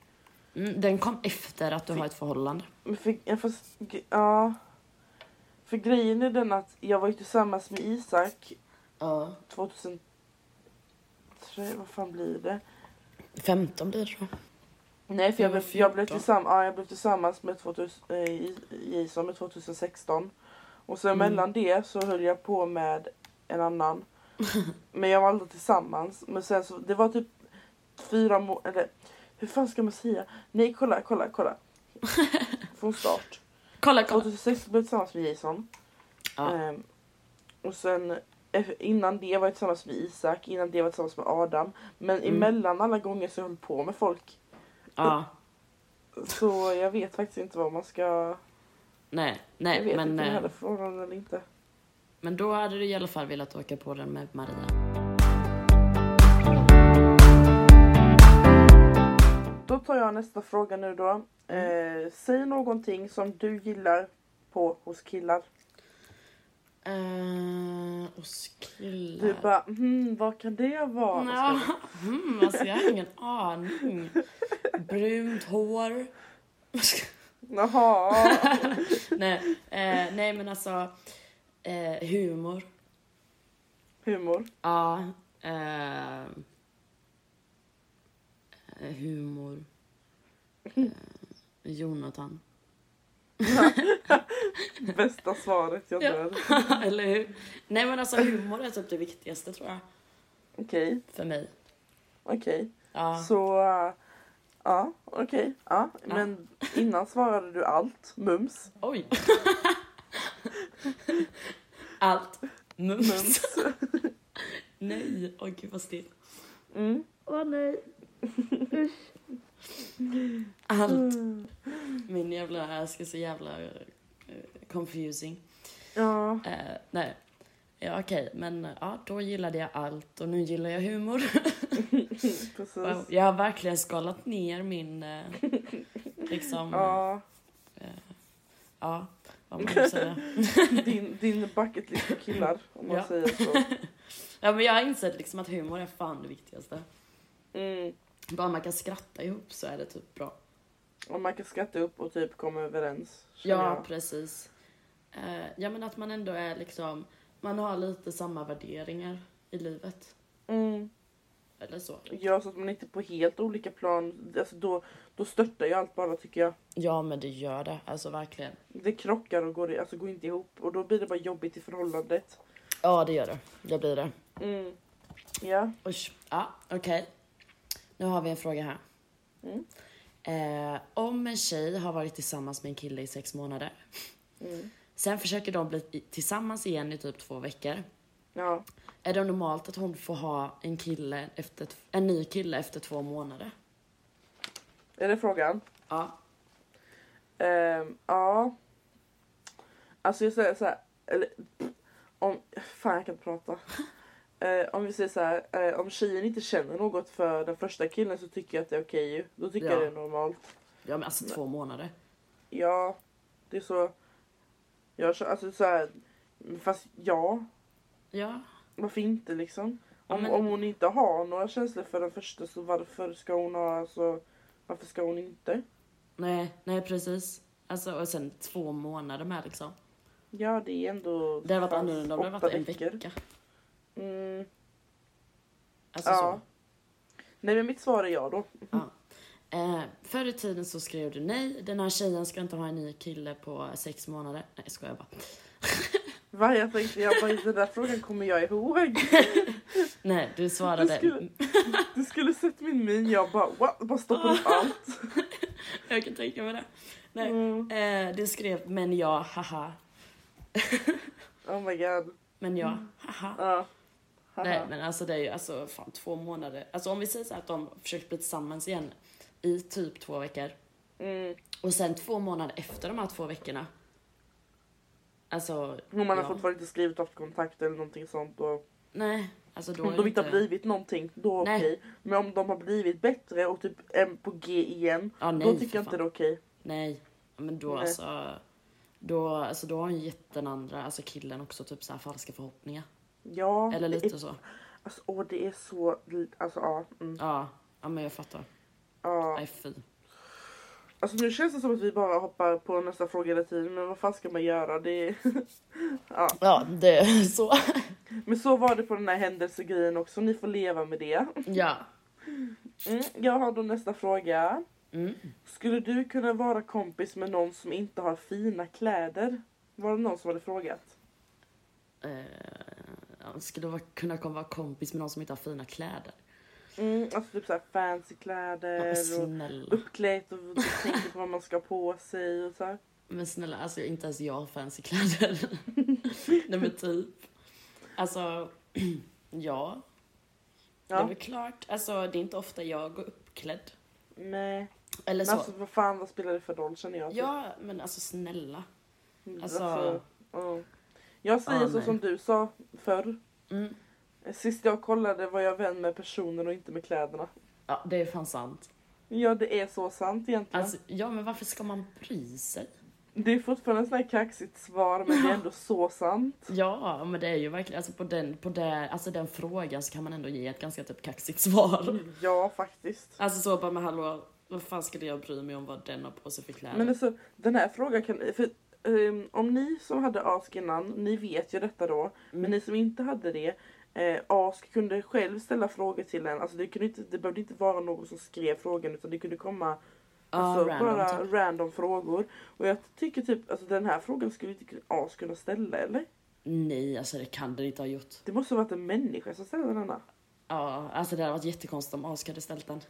Speaker 1: Mm, den kom efter att du har ett förhållande.
Speaker 2: Men för, ja, fast, gre- ja. För grejen är den att jag var ju tillsammans med Isak
Speaker 1: Ja.
Speaker 2: 2003, vad fan blir det?
Speaker 1: 15 blir det då.
Speaker 2: Nej för
Speaker 1: Jag
Speaker 2: jag
Speaker 1: var
Speaker 2: blev, jag blev,
Speaker 1: 14.
Speaker 2: tillsammans, ja, jag blev tillsammans med 2000, eh, i- i Jason med 2016. Och sen
Speaker 1: Mm.
Speaker 2: mellan det så höll jag på med en annan. Men jag var aldrig tillsammans. Men sen så, det var typ fyra månader, eller hur fan ska man säga? Nej kolla, kolla, kolla. Från start.
Speaker 1: Kolla, kolla.
Speaker 2: 2006 blev jag tillsammans med Jason.
Speaker 1: Ja.
Speaker 2: Ehm, och sen eh, innan det var jag tillsammans med Isak, innan det var jag tillsammans med Adam. Men
Speaker 1: Mm.
Speaker 2: emellan alla gånger så jag höll på med folk.
Speaker 1: ja.
Speaker 2: Så jag vet faktiskt inte vad man ska...
Speaker 1: Nej,
Speaker 2: jag
Speaker 1: nej
Speaker 2: vet
Speaker 1: men,
Speaker 2: inte om jag
Speaker 1: eh,
Speaker 2: hade förhållanden eller inte.
Speaker 1: men då hade du i alla fall velat åka på den med Maria.
Speaker 2: Då tar jag nästa fråga nu då.
Speaker 1: Mm.
Speaker 2: Eh, säg någonting som du gillar på hos killar.
Speaker 1: Uh, och
Speaker 2: Du
Speaker 1: killar.
Speaker 2: bara hmm, vad kan det vara? Och
Speaker 1: Nja,
Speaker 2: så-
Speaker 1: hmm, alltså jag har ingen aning. Brunt hår.
Speaker 2: Jaha.
Speaker 1: nej, eh, nej men alltså eh, humor.
Speaker 2: Humor.
Speaker 1: Ja. eh, eh, humor. Eh, Jonathan.
Speaker 2: Bästa svaret jag
Speaker 1: Ja.
Speaker 2: dör.
Speaker 1: Eller hur? Nej men alltså humor är typ det viktigaste tror jag.
Speaker 2: Okej,
Speaker 1: För mig.
Speaker 2: okej.
Speaker 1: Ja.
Speaker 2: Så, äh, ja, okej. Ja,
Speaker 1: Ja.
Speaker 2: men innan svarade du allt. Mums.
Speaker 1: Oj! Allt. Mums.
Speaker 2: Mums.
Speaker 1: Nej! Åh gud vad still.
Speaker 2: Mm.
Speaker 1: Åh nej. Allt. Min jävla, jag ska så jävla eh, confusing.
Speaker 2: Ja,
Speaker 1: Eh, nej. Ja okej, men eh, ja, då gillade jag allt och nu gillar jag humor.
Speaker 2: precis.
Speaker 1: Wow, jag har verkligen skalat ner min, eh, liksom,
Speaker 2: Ja,
Speaker 1: ja, vad man nu säger.
Speaker 2: din, din bucket list för killar om man
Speaker 1: Ja.
Speaker 2: säger så.
Speaker 1: Ja men jag har insett liksom att humor är fan det viktigaste.
Speaker 2: Mm.
Speaker 1: Bara man kan skratta ihop så är det typ bra.
Speaker 2: Och man kan skratta upp och typ komma överens. känner
Speaker 1: Ja,
Speaker 2: jag.
Speaker 1: precis. Eh, ja men att man ändå är liksom, man har lite samma värderingar i livet.
Speaker 2: Mm.
Speaker 1: Eller så.
Speaker 2: Ja, så att man inte är på helt olika plan. Alltså då, då störtar ju allt bara tycker jag.
Speaker 1: Ja men det gör det, alltså verkligen.
Speaker 2: Det krockar och går, i- alltså, går inte ihop och då blir det bara jobbigt i förhållandet.
Speaker 1: Ja det gör det, det blir det.
Speaker 2: Mm. Ja.
Speaker 1: Usch. Ja, okej. Nu har vi en fråga här.
Speaker 2: Mm.
Speaker 1: Eh, om en tjej har varit tillsammans med en kille i sex månader.
Speaker 2: Mm.
Speaker 1: Sen försöker de bli i- tillsammans igen i typ två veckor.
Speaker 2: Ja.
Speaker 1: Är det normalt att hon får ha en, kille efter, t- en ny kille efter två månader?
Speaker 2: Är det frågan?
Speaker 1: Ja.
Speaker 2: Ehm, ja. Alltså jag säger så här. Eller, pff, om, fan jag kan inte prata. Eh, om vi säger så här. eh, om tjejen inte känner något för den första killen så tycker jag att det är okej ju. Då tycker
Speaker 1: Ja.
Speaker 2: jag det är normalt.
Speaker 1: Ja men alltså två månader.
Speaker 2: Ja. Det är så. Jag känner, alltså så här. Fast ja.
Speaker 1: Ja.
Speaker 2: Varför inte liksom?
Speaker 1: Ja,
Speaker 2: Om,
Speaker 1: men-
Speaker 2: om hon inte har några känslor för den första så varför ska hon ha alltså. Varför ska hon inte?
Speaker 1: Nej, nej precis. Alltså och sen två månader med liksom.
Speaker 2: Ja det är ändå.
Speaker 1: Det hade varit
Speaker 2: fan
Speaker 1: annorlunda om det hade
Speaker 2: åtta
Speaker 1: varit en
Speaker 2: veckor.
Speaker 1: vecka.
Speaker 2: Mm.
Speaker 1: Alltså
Speaker 2: Ja.
Speaker 1: så.
Speaker 2: Nej men mitt svar är ja då.
Speaker 1: Ja. Eh, förr i tiden så skrev du nej, den här tjejen ska inte ha en ny kille på sex månader. Nej jag skojar bara.
Speaker 2: Va? Jag tänkte jag bara, den där frågan kommer jag ihåg.
Speaker 1: Nej, du
Speaker 2: Du
Speaker 1: svarade.
Speaker 2: skulle, du skulle sett min min, jag bara what? Bara stoppade upp allt.
Speaker 1: Jag kan tänka mig det. Nej.
Speaker 2: Mm.
Speaker 1: Eh, du skrev men ja, haha.
Speaker 2: Oh my god.
Speaker 1: Men ja, haha.
Speaker 2: Mm. Ja. Haha.
Speaker 1: Nej men alltså det är ju alltså fan två månader. Alltså om vi säger så här att de försökt bli tillsammans igen i typ två veckor.
Speaker 2: Mm.
Speaker 1: Och sen två månader efter de här två veckorna. Alltså,
Speaker 2: Om man har
Speaker 1: ja.
Speaker 2: fortfarande inte skrivit haft kontakt eller någonting sånt och
Speaker 1: Nej, alltså då
Speaker 2: om
Speaker 1: är
Speaker 2: de
Speaker 1: det
Speaker 2: inte har blivit någonting, då
Speaker 1: Nej.
Speaker 2: okej. Men om de har blivit bättre och typ en på G igen,
Speaker 1: Ja, nej,
Speaker 2: då tycker
Speaker 1: för
Speaker 2: jag
Speaker 1: fan.
Speaker 2: inte det är okej.
Speaker 1: Nej, men då
Speaker 2: Nej.
Speaker 1: alltså. Då, alltså då har han gett den andra, alltså killen också, typ så här falska förhoppningar.
Speaker 2: Ja,
Speaker 1: Eller
Speaker 2: det
Speaker 1: lite
Speaker 2: är,
Speaker 1: så.
Speaker 2: alltså, åh, det är så, alltså ja. Mm,
Speaker 1: Ja, ja men jag fattar.
Speaker 2: ja.
Speaker 1: Nej fy.
Speaker 2: Alltså nu känns det som att vi bara hoppar på nästa fråga hela tiden men vad fan ska man göra? Det är... ja.
Speaker 1: Ja, det är så.
Speaker 2: Men så var det på den här händelsegrejen också, ni får leva med det.
Speaker 1: Ja.
Speaker 2: Mm, jag har då nästa fråga.
Speaker 1: Mm.
Speaker 2: Skulle du kunna vara kompis med någon som inte har fina kläder? Var det någon som hade frågat?
Speaker 1: Eh, ja, skulle vara- kunna komma vara kompis med någon som inte har fina kläder.
Speaker 2: Mm, alltså typ såhär fancy
Speaker 1: Ja,
Speaker 2: kläder
Speaker 1: men
Speaker 2: och
Speaker 1: snälla.
Speaker 2: uppklätt och typ tänker på vad man ska ha på sig och så här.
Speaker 1: Men snälla, alltså inte ens jag har fancy kläder. Nej men typ. Alltså, ja. Det är
Speaker 2: Ja,
Speaker 1: väl klart. Alltså det är inte ofta jag går uppklädd.
Speaker 2: nej.
Speaker 1: Eller
Speaker 2: Men
Speaker 1: så.
Speaker 2: alltså vad fan vad spelar det för roll känner jag? typ.
Speaker 1: Ja, men alltså snälla.
Speaker 2: Mm,
Speaker 1: Alltså-
Speaker 2: ja. Jag säger
Speaker 1: Ja,
Speaker 2: så
Speaker 1: nej.
Speaker 2: som du sa förr.
Speaker 1: Mm.
Speaker 2: Sist jag kollade var jag vän med personen och inte med kläderna.
Speaker 1: Ja, det är fan sant.
Speaker 2: Ja, det är så sant egentligen.
Speaker 1: Alltså, ja, men varför ska man bry sig?
Speaker 2: det är fortfarande ett sånt här kaxigt svar, men det är ändå så sant.
Speaker 1: Ja, men det är ju verkligen, alltså på den, på det, alltså den frågan så kan man ändå ge ett ganska typ kaxigt svar.
Speaker 2: Ja, faktiskt.
Speaker 1: Alltså så bara, men hallå, vad fan skulle jag bry mig om vad den har på sig för kläder?
Speaker 2: Men alltså, den här frågan kan... För, ehm, om ni som hade ask innan, ni vet ju detta då. Men ni som inte hade det, eh, ask kunde själv ställa frågor till en. Alltså det, kunde inte, det behövde inte vara någon som skrev frågan, utan det kunde komma
Speaker 1: Ja,
Speaker 2: Alltså
Speaker 1: random,
Speaker 2: bara
Speaker 1: typ.
Speaker 2: random frågor. Och jag tycker typ, alltså den här frågan skulle inte As kunna ställa eller?
Speaker 1: Nej, alltså det kan den inte ha gjort.
Speaker 2: Det måste ha varit en människa som ställde denna.
Speaker 1: Ja, alltså det hade varit jättekonstigt om Ask hade ställt den.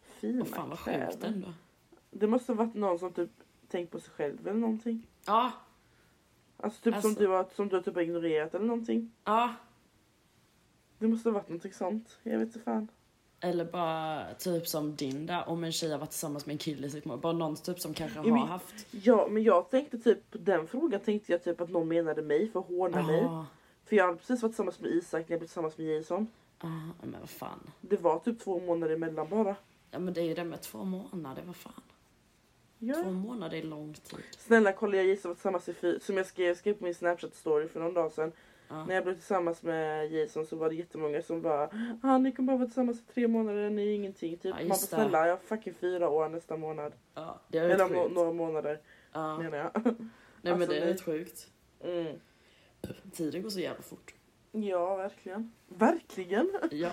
Speaker 2: Fina
Speaker 1: Vad fan vad
Speaker 2: kläder.
Speaker 1: sjukt ändå.
Speaker 2: Det måste ha varit någon som typ tänkt på sig själv eller någonting.
Speaker 1: Ja,
Speaker 2: Alltså typ
Speaker 1: Alltså-
Speaker 2: som du har, som du har typ ignorerat eller någonting.
Speaker 1: ja.
Speaker 2: Det måste ha varit någonting sånt. Jag vet inte fan.
Speaker 1: Eller bara typ som din där, om en tjej har varit tillsammans med en kille i sex månader. Bara någon typ som kanske
Speaker 2: men-
Speaker 1: har haft.
Speaker 2: Ja men jag tänkte typ på den frågan tänkte jag typ att någon menade mig för att håna mig.
Speaker 1: Ja,
Speaker 2: För jag hade precis varit tillsammans med Isak när jag blev tillsammans med Jason.
Speaker 1: ja, men vad fan.
Speaker 2: Det var typ två månader emellan bara.
Speaker 1: Ja men det är ju det med två månader, vad fan.
Speaker 2: Ja.
Speaker 1: Två månader är lång tid.
Speaker 2: Snälla kolla jag gissar vad tillsammans i fy- som jag skrev, jag skrev på min snapchat story för någon dag sedan.
Speaker 1: Ja.
Speaker 2: När jag blev tillsammans med Jason så var det jättemånga som bara ah, ni kommer bara vara tillsammans i tre månader, ni är ingenting. Typ,
Speaker 1: Ja,
Speaker 2: man bara
Speaker 1: just det.
Speaker 2: snälla jag har fucking fyra år nästa månad.
Speaker 1: Ja, det är
Speaker 2: Eller
Speaker 1: rätt
Speaker 2: må-
Speaker 1: sjukt.
Speaker 2: några månader
Speaker 1: Ja. Nej
Speaker 2: menar jag.
Speaker 1: men
Speaker 2: alltså,
Speaker 1: det är
Speaker 2: nej.
Speaker 1: rätt sjukt.
Speaker 2: Mm.
Speaker 1: Tiden går så jävla fort.
Speaker 2: Ja verkligen. Verkligen!
Speaker 1: Ja.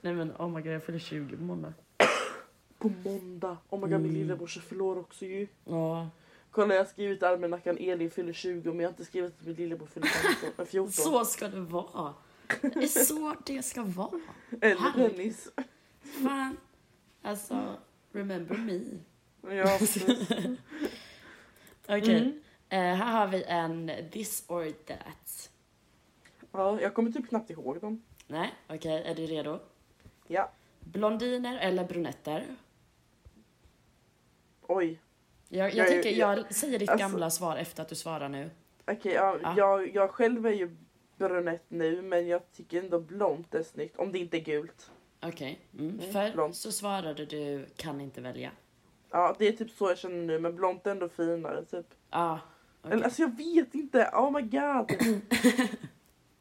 Speaker 1: Nej men oh my god jag fyller 20 på måndag.
Speaker 2: På måndag. Oh my god min
Speaker 1: Mm.
Speaker 2: lillebrorsa förlorar också ju.
Speaker 1: Ja.
Speaker 2: Kolla jag har skrivit i almanackan Elin fyller 20 men jag har inte skrivit att min lillebror fyller 15, äh, 14.
Speaker 1: Så ska det vara. Det är så det ska vara.
Speaker 2: Eller
Speaker 1: Herregud.
Speaker 2: Dennis.
Speaker 1: Fan. Alltså, remember me.
Speaker 2: Ja, precis.
Speaker 1: Okej,
Speaker 2: Mm.
Speaker 1: eh, här har vi en this or that.
Speaker 2: ja, jag kommer typ knappt ihåg dem.
Speaker 1: Nej, okej, är du redo?
Speaker 2: Ja.
Speaker 1: Blondiner eller brunetter?
Speaker 2: Oj.
Speaker 1: Jag, jag
Speaker 2: Jag är-
Speaker 1: tycker jag säger ditt
Speaker 2: alltså-
Speaker 1: gamla svar efter att du svarar nu.
Speaker 2: Okej, ja,
Speaker 1: Ja.
Speaker 2: jag, jag själv är ju brunett nu men jag tycker ändå blont är snyggt. Om det inte är gult.
Speaker 1: Okej, mm.
Speaker 2: Mm,
Speaker 1: förr
Speaker 2: blond.
Speaker 1: så svarade du kan inte välja.
Speaker 2: Ja, det är typ så jag känner nu men blont är ändå finare typ.
Speaker 1: Ja,
Speaker 2: Eller alltså jag vet inte. Oh my god.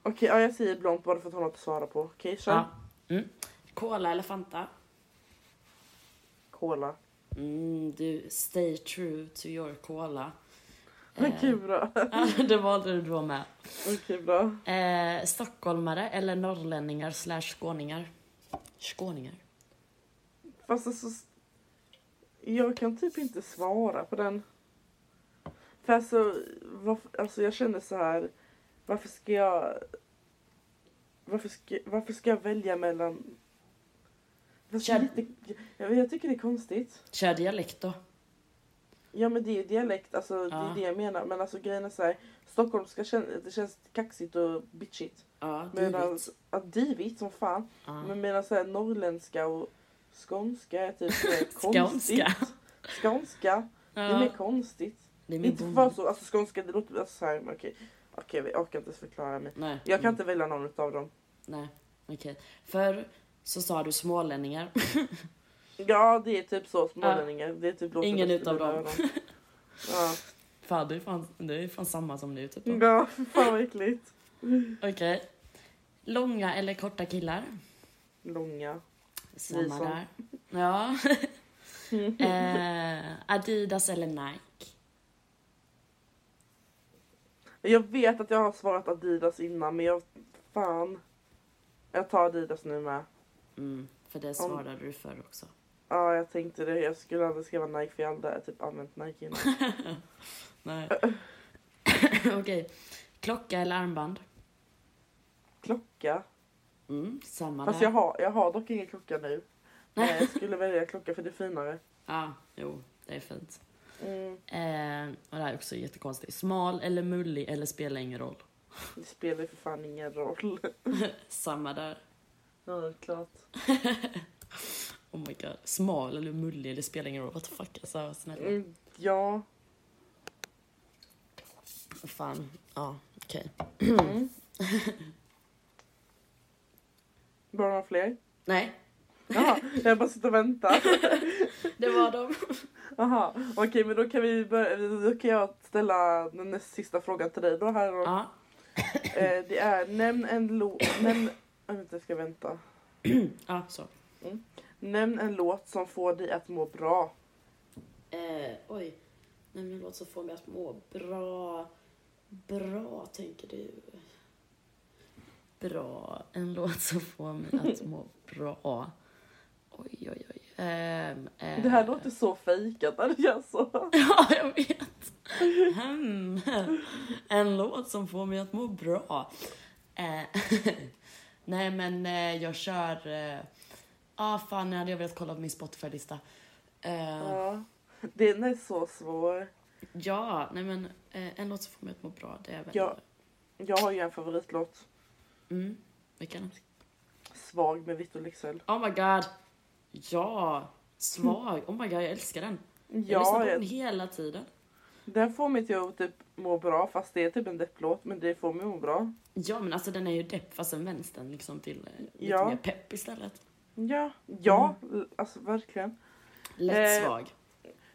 Speaker 2: Okej, ja, jag säger blont bara för att ha något att svara på. Okej, kör.
Speaker 1: ja. Mm. Cola eller Fanta?
Speaker 2: Cola.
Speaker 1: Mm, du, stay true to your cola.
Speaker 2: Okej, bra.
Speaker 1: Eh, det valde du då med.
Speaker 2: Okej, bra.
Speaker 1: Eh, stockholmare eller norrlänningar slash skåningar? Skåningar?
Speaker 2: Fast alltså, s- jag kan typ inte svara på den. För alltså, varför, alltså jag känner så här. Varför ska jag... Varför ska, varför ska jag välja mellan... Fast det är
Speaker 1: Kör.
Speaker 2: lite, jag, vet, jag tycker det är konstigt.
Speaker 1: Kör dialekt då.
Speaker 2: Ja men det är ju dialekt, alltså det
Speaker 1: Ja.
Speaker 2: är det jag menar. Men alltså grejen är så här. Stockholm ska känna, det känns kaxigt och bitchigt.
Speaker 1: Ja,
Speaker 2: Medan,
Speaker 1: divigt.
Speaker 2: ja divigt som fan.
Speaker 1: Ah. Ja.
Speaker 2: alltså, Men medan så här, norrländska och skånska är typ mer konstigt.
Speaker 1: Skånska.
Speaker 2: Skånska. Det är
Speaker 1: Ja,
Speaker 2: mer konstigt.
Speaker 1: det är mer
Speaker 2: Inte
Speaker 1: bonde.
Speaker 2: för så, alltså skånska det låter alltså, så här, men okej. Okej, jag orkar inte ens förklara mig.
Speaker 1: Nej,
Speaker 2: Jag kan
Speaker 1: mm,
Speaker 2: inte välja någon utav dem.
Speaker 1: nej, okej. Förr så sa du smålänningar.
Speaker 2: Ja, det är typ så, smålänningar. Det är typ låter
Speaker 1: Ingen
Speaker 2: bäst i
Speaker 1: utav
Speaker 2: mina
Speaker 1: dem.
Speaker 2: öron. Ja,
Speaker 1: Fan, det är fan, det är fan samma som nu typ. då.
Speaker 2: ja fy fan vad äckligt.
Speaker 1: Okej. Långa eller korta killar?
Speaker 2: Långa.
Speaker 1: Samma
Speaker 2: som.
Speaker 1: där. Ja.
Speaker 2: Mm.
Speaker 1: eh, Adidas eller Nike?
Speaker 2: Jag vet att jag har svarat Adidas innan, men jag... Fan. Jag tar Adidas nu med.
Speaker 1: Mm, för det svarade du förr också.
Speaker 2: Ja, jag tänkte det. Jag skulle aldrig skriva Nike för jag har aldrig typ använt Nike innan.
Speaker 1: Nej. Okej. Klocka eller armband?
Speaker 2: Klocka.
Speaker 1: Mm, samma
Speaker 2: Fast
Speaker 1: där.
Speaker 2: jag har, jag har dock ingen klocka nu. Men
Speaker 1: Nej.
Speaker 2: jag skulle välja klocka för det är finare.
Speaker 1: Ja, jo, det är fint.
Speaker 2: Mm.
Speaker 1: Eh, och det här är också jättekonstigt. Smal eller mullig eller spelar ingen roll.
Speaker 2: Det spelar ju för fan ingen roll.
Speaker 1: Samma där.
Speaker 2: Ja, det är klart.
Speaker 1: Oh my god. Smal eller mullig eller spelar ingen roll. What the fuck alltså, snälla.
Speaker 2: Mm, ja.
Speaker 1: Fan. Ja, okej.
Speaker 2: Mm. Var det några fler?
Speaker 1: Nej,
Speaker 2: Jaha, jag bara sitter och väntar.
Speaker 1: det var dem.
Speaker 2: Jaha, okej men då kan vi börja, då kan jag ställa den näst sista frågan till dig då här då.
Speaker 1: Ja.
Speaker 2: Eh, det är, nämn en låt, nämn, jag vet inte, jag ska vänta.
Speaker 1: ja, så.
Speaker 2: Nämn en låt som får dig att må bra.
Speaker 1: Eh, oj. Nej, men en låt som får mig att må bra. Bra, tänker du. Bra. En låt som får mig att må bra. Oj, oj, oj. Ehm, eh.
Speaker 2: Det här låter så fejkat när du gör så.
Speaker 1: Ja, jag vet. Hmm. En låt som får mig att må bra. Eh, Nej, men eh, jag kör... eh, Ah, fan, nu hade jag velat kolla på min Spotify-lista. Eh,
Speaker 2: Ja. Den är så svår.
Speaker 1: Ja, nej men eh, en låt som får mig att må bra, det är väl...
Speaker 2: Ja. Jag har ju en favoritlåt.
Speaker 1: Mm, vilken?
Speaker 2: Svag med Victor Leksell.
Speaker 1: Oh my god! Ja! Svag! Oh my god, jag älskar den. Jag lyssnar
Speaker 2: Ja,
Speaker 1: på den
Speaker 2: jag,
Speaker 1: hela tiden.
Speaker 2: den får mig till att typ må bra fast det är typ en depplåt men det får mig att må bra.
Speaker 1: Ja, men alltså den är ju depp, fast sen vänds den liksom till eh, lite
Speaker 2: Ja.
Speaker 1: mer pepp istället.
Speaker 2: Ja, ja, l- alltså verkligen.
Speaker 1: Lätt
Speaker 2: Eh,
Speaker 1: svag.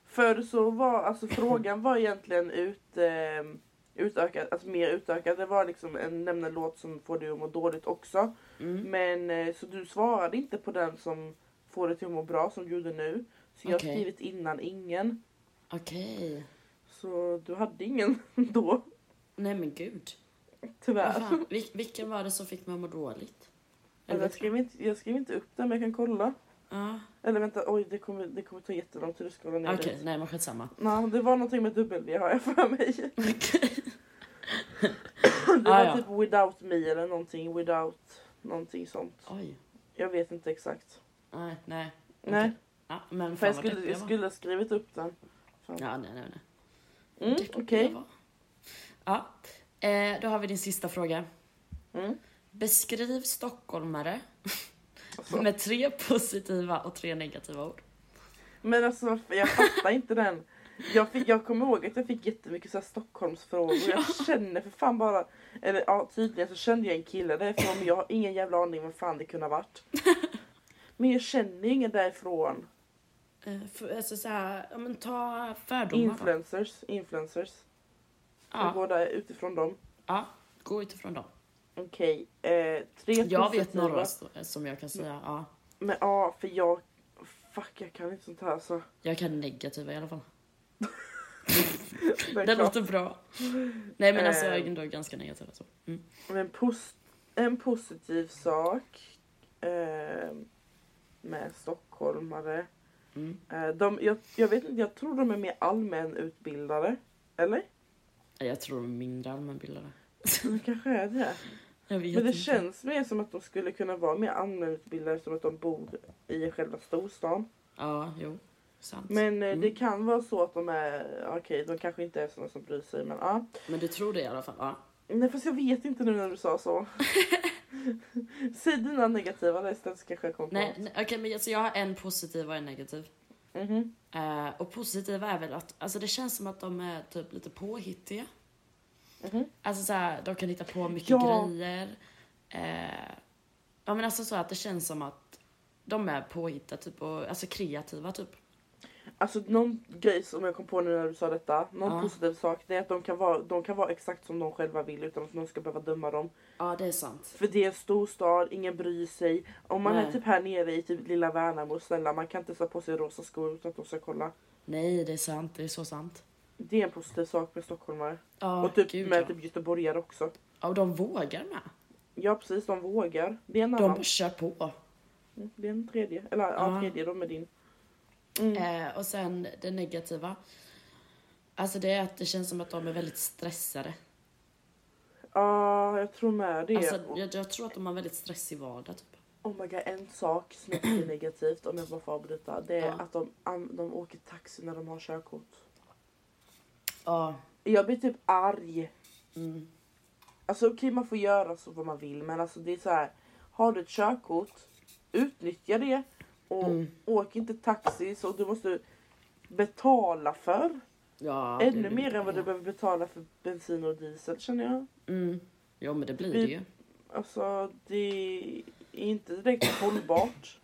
Speaker 2: Förr så var, alltså frågan var egentligen ut, eh, utökat, alltså mer utökat. Det var liksom en nämnda låt som får dig att må dåligt också.
Speaker 1: Mm.
Speaker 2: Men eh, så du svarade inte på den som får dig till att må bra som du gjorde nu. Så jag har
Speaker 1: Okej.
Speaker 2: skrivit innan ingen.
Speaker 1: Okej.
Speaker 2: Så du hade ingen då.
Speaker 1: Nej men gud. Vad
Speaker 2: Tyvärr.
Speaker 1: fan, vil- vilken var det som fick mig att må dåligt?
Speaker 2: Eller jag, skrev inte, jag skrev inte upp den men jag kan kolla.
Speaker 1: Ja.
Speaker 2: Eller vänta, oj det kommer, det kommer ta jättelång tid att skrolla ner
Speaker 1: Okej,
Speaker 2: dit.
Speaker 1: nej men skitsamma.
Speaker 2: Nej, det var någonting med dubbel-V har jag för mig.
Speaker 1: Okej.
Speaker 2: Det
Speaker 1: Ah,
Speaker 2: var
Speaker 1: ja.
Speaker 2: typ without me eller någonting, without någonting sånt.
Speaker 1: Oj.
Speaker 2: Jag vet inte exakt.
Speaker 1: Nej, nej. Okej.
Speaker 2: Nej,
Speaker 1: Ja, men fan
Speaker 2: för jag
Speaker 1: vad
Speaker 2: skulle,
Speaker 1: deppig
Speaker 2: jag skulle ha skrivit upp den.
Speaker 1: var. Ja, nej, nej, nej.
Speaker 2: Mm,
Speaker 1: Deppig jag
Speaker 2: okej.
Speaker 1: var. Ja. Eh, då har vi din sista fråga.
Speaker 2: Mm.
Speaker 1: Beskriv stockholmare
Speaker 2: Alltså.
Speaker 1: med tre positiva och tre negativa ord.
Speaker 2: Men alltså jag fattar inte den. Jag, fick, jag kommer ihåg att jag fick jättemycket så här Stockholmsfrågor. Jag känner för fan bara, eller ja tydligen så kände jag en kille därifrån men jag har ingen jävla aning vem fan det kunde ha varit. Men jag känner ju ingen därifrån.
Speaker 1: Eh, för, alltså så här, ja men ta fördomar då.
Speaker 2: Influencers, influencers. Jag
Speaker 1: Ja,
Speaker 2: går där utifrån dem.
Speaker 1: ja, gå utifrån dem.
Speaker 2: Okej, eh, tre
Speaker 1: Jag vet
Speaker 2: positiva.
Speaker 1: några st- som jag kan säga. Ja.
Speaker 2: Men ja, för jag... Fuck, jag kan inte sånt här så.
Speaker 1: Jag kan negativa i alla fall.
Speaker 2: Det är
Speaker 1: Det
Speaker 2: klart.
Speaker 1: låter bra. Nej men alltså
Speaker 2: Eh.
Speaker 1: jag är ändå ganska negativ. Alltså. Mm.
Speaker 2: Men pos- en positiv sak eh, med stockholmare.
Speaker 1: Mm.
Speaker 2: Eh, de, jag, jag vet inte, jag tror de är mer allmänutbildade. Eller?
Speaker 1: Nej, Jag tror de är mindre allmänbildade.
Speaker 2: De kanske är det.
Speaker 1: Jag vet
Speaker 2: Men det
Speaker 1: inte.
Speaker 2: känns mer som att de skulle kunna vara mer allmänutbildade som att de bor i själva storstan.
Speaker 1: Ja, jo. Sant. Men,
Speaker 2: Men eh,
Speaker 1: Mm.
Speaker 2: det kan vara så att de är, okej de kanske inte är såna som bryr sig men ja.
Speaker 1: du tror det i alla fall? Ja.
Speaker 2: Nej fast jag vet inte nu när du sa så. Säg dina negativa där istället så kanske jag kommer på
Speaker 1: Nej,
Speaker 2: något.
Speaker 1: nej, okej men alltså jag har en positiv och en negativ.
Speaker 2: Mhm.
Speaker 1: Eh, och positiva är väl att, alltså det känns som att de är typ lite påhittiga.
Speaker 2: Mhm.
Speaker 1: Alltså såhär, de kan hitta på mycket
Speaker 2: Ja.
Speaker 1: grejer. Eh, ja men alltså så att det känns som att de är påhittade typ och alltså kreativa typ.
Speaker 2: Alltså någon grej som jag kom på nu när du sa detta, någon
Speaker 1: Ja.
Speaker 2: positiv sak, det är att de kan, vara, de kan vara exakt som de själva vill utan att någon ska behöva döma dem.
Speaker 1: Ja det är sant.
Speaker 2: För det är en stor stad, ingen bryr sig. Om man
Speaker 1: Nej.
Speaker 2: är typ här nere i typ lilla Värnamo, snälla man kan inte sätta på sig rosa skor utan att de ska kolla.
Speaker 1: Nej det är sant, det är så sant.
Speaker 2: Det är en positiv sak med stockholmare.
Speaker 1: Ja
Speaker 2: och typ
Speaker 1: gud
Speaker 2: med
Speaker 1: ja.
Speaker 2: typ göteborgare också.
Speaker 1: ja. och de vågar med.
Speaker 2: Ja precis, de vågar. Det är en
Speaker 1: De
Speaker 2: annan.
Speaker 1: bara kör på.
Speaker 2: Mm, Det är en tredje, eller ja,
Speaker 1: Ja.
Speaker 2: tredje då med din. Mm.
Speaker 1: Eh, och sen det negativa. Alltså det är att det känns som att de är väldigt stressade.
Speaker 2: Ja, jag tror med det.
Speaker 1: Alltså jag, jag tror att de har väldigt stressig vardag typ.
Speaker 2: Oh my god, en sak som jag tycker är negativt om jag bara får avbryta. Det är
Speaker 1: Ja.
Speaker 2: att de, an- de åker taxi när de har körkort.
Speaker 1: Ja.
Speaker 2: Jag blir typ arg.
Speaker 1: Mm.
Speaker 2: Alltså okej man får göra så vad man vill men alltså det är så här. Har du ett körkort, utnyttja det och
Speaker 1: Mm.
Speaker 2: åk inte taxi så du måste betala för.
Speaker 1: Ja,
Speaker 2: Ännu
Speaker 1: det-
Speaker 2: mer än vad du
Speaker 1: ja.
Speaker 2: behöver betala för bensin och diesel känner jag.
Speaker 1: Mm. Jo men det blir
Speaker 2: Vi-
Speaker 1: det ju.
Speaker 2: Alltså det är inte direkt hållbart.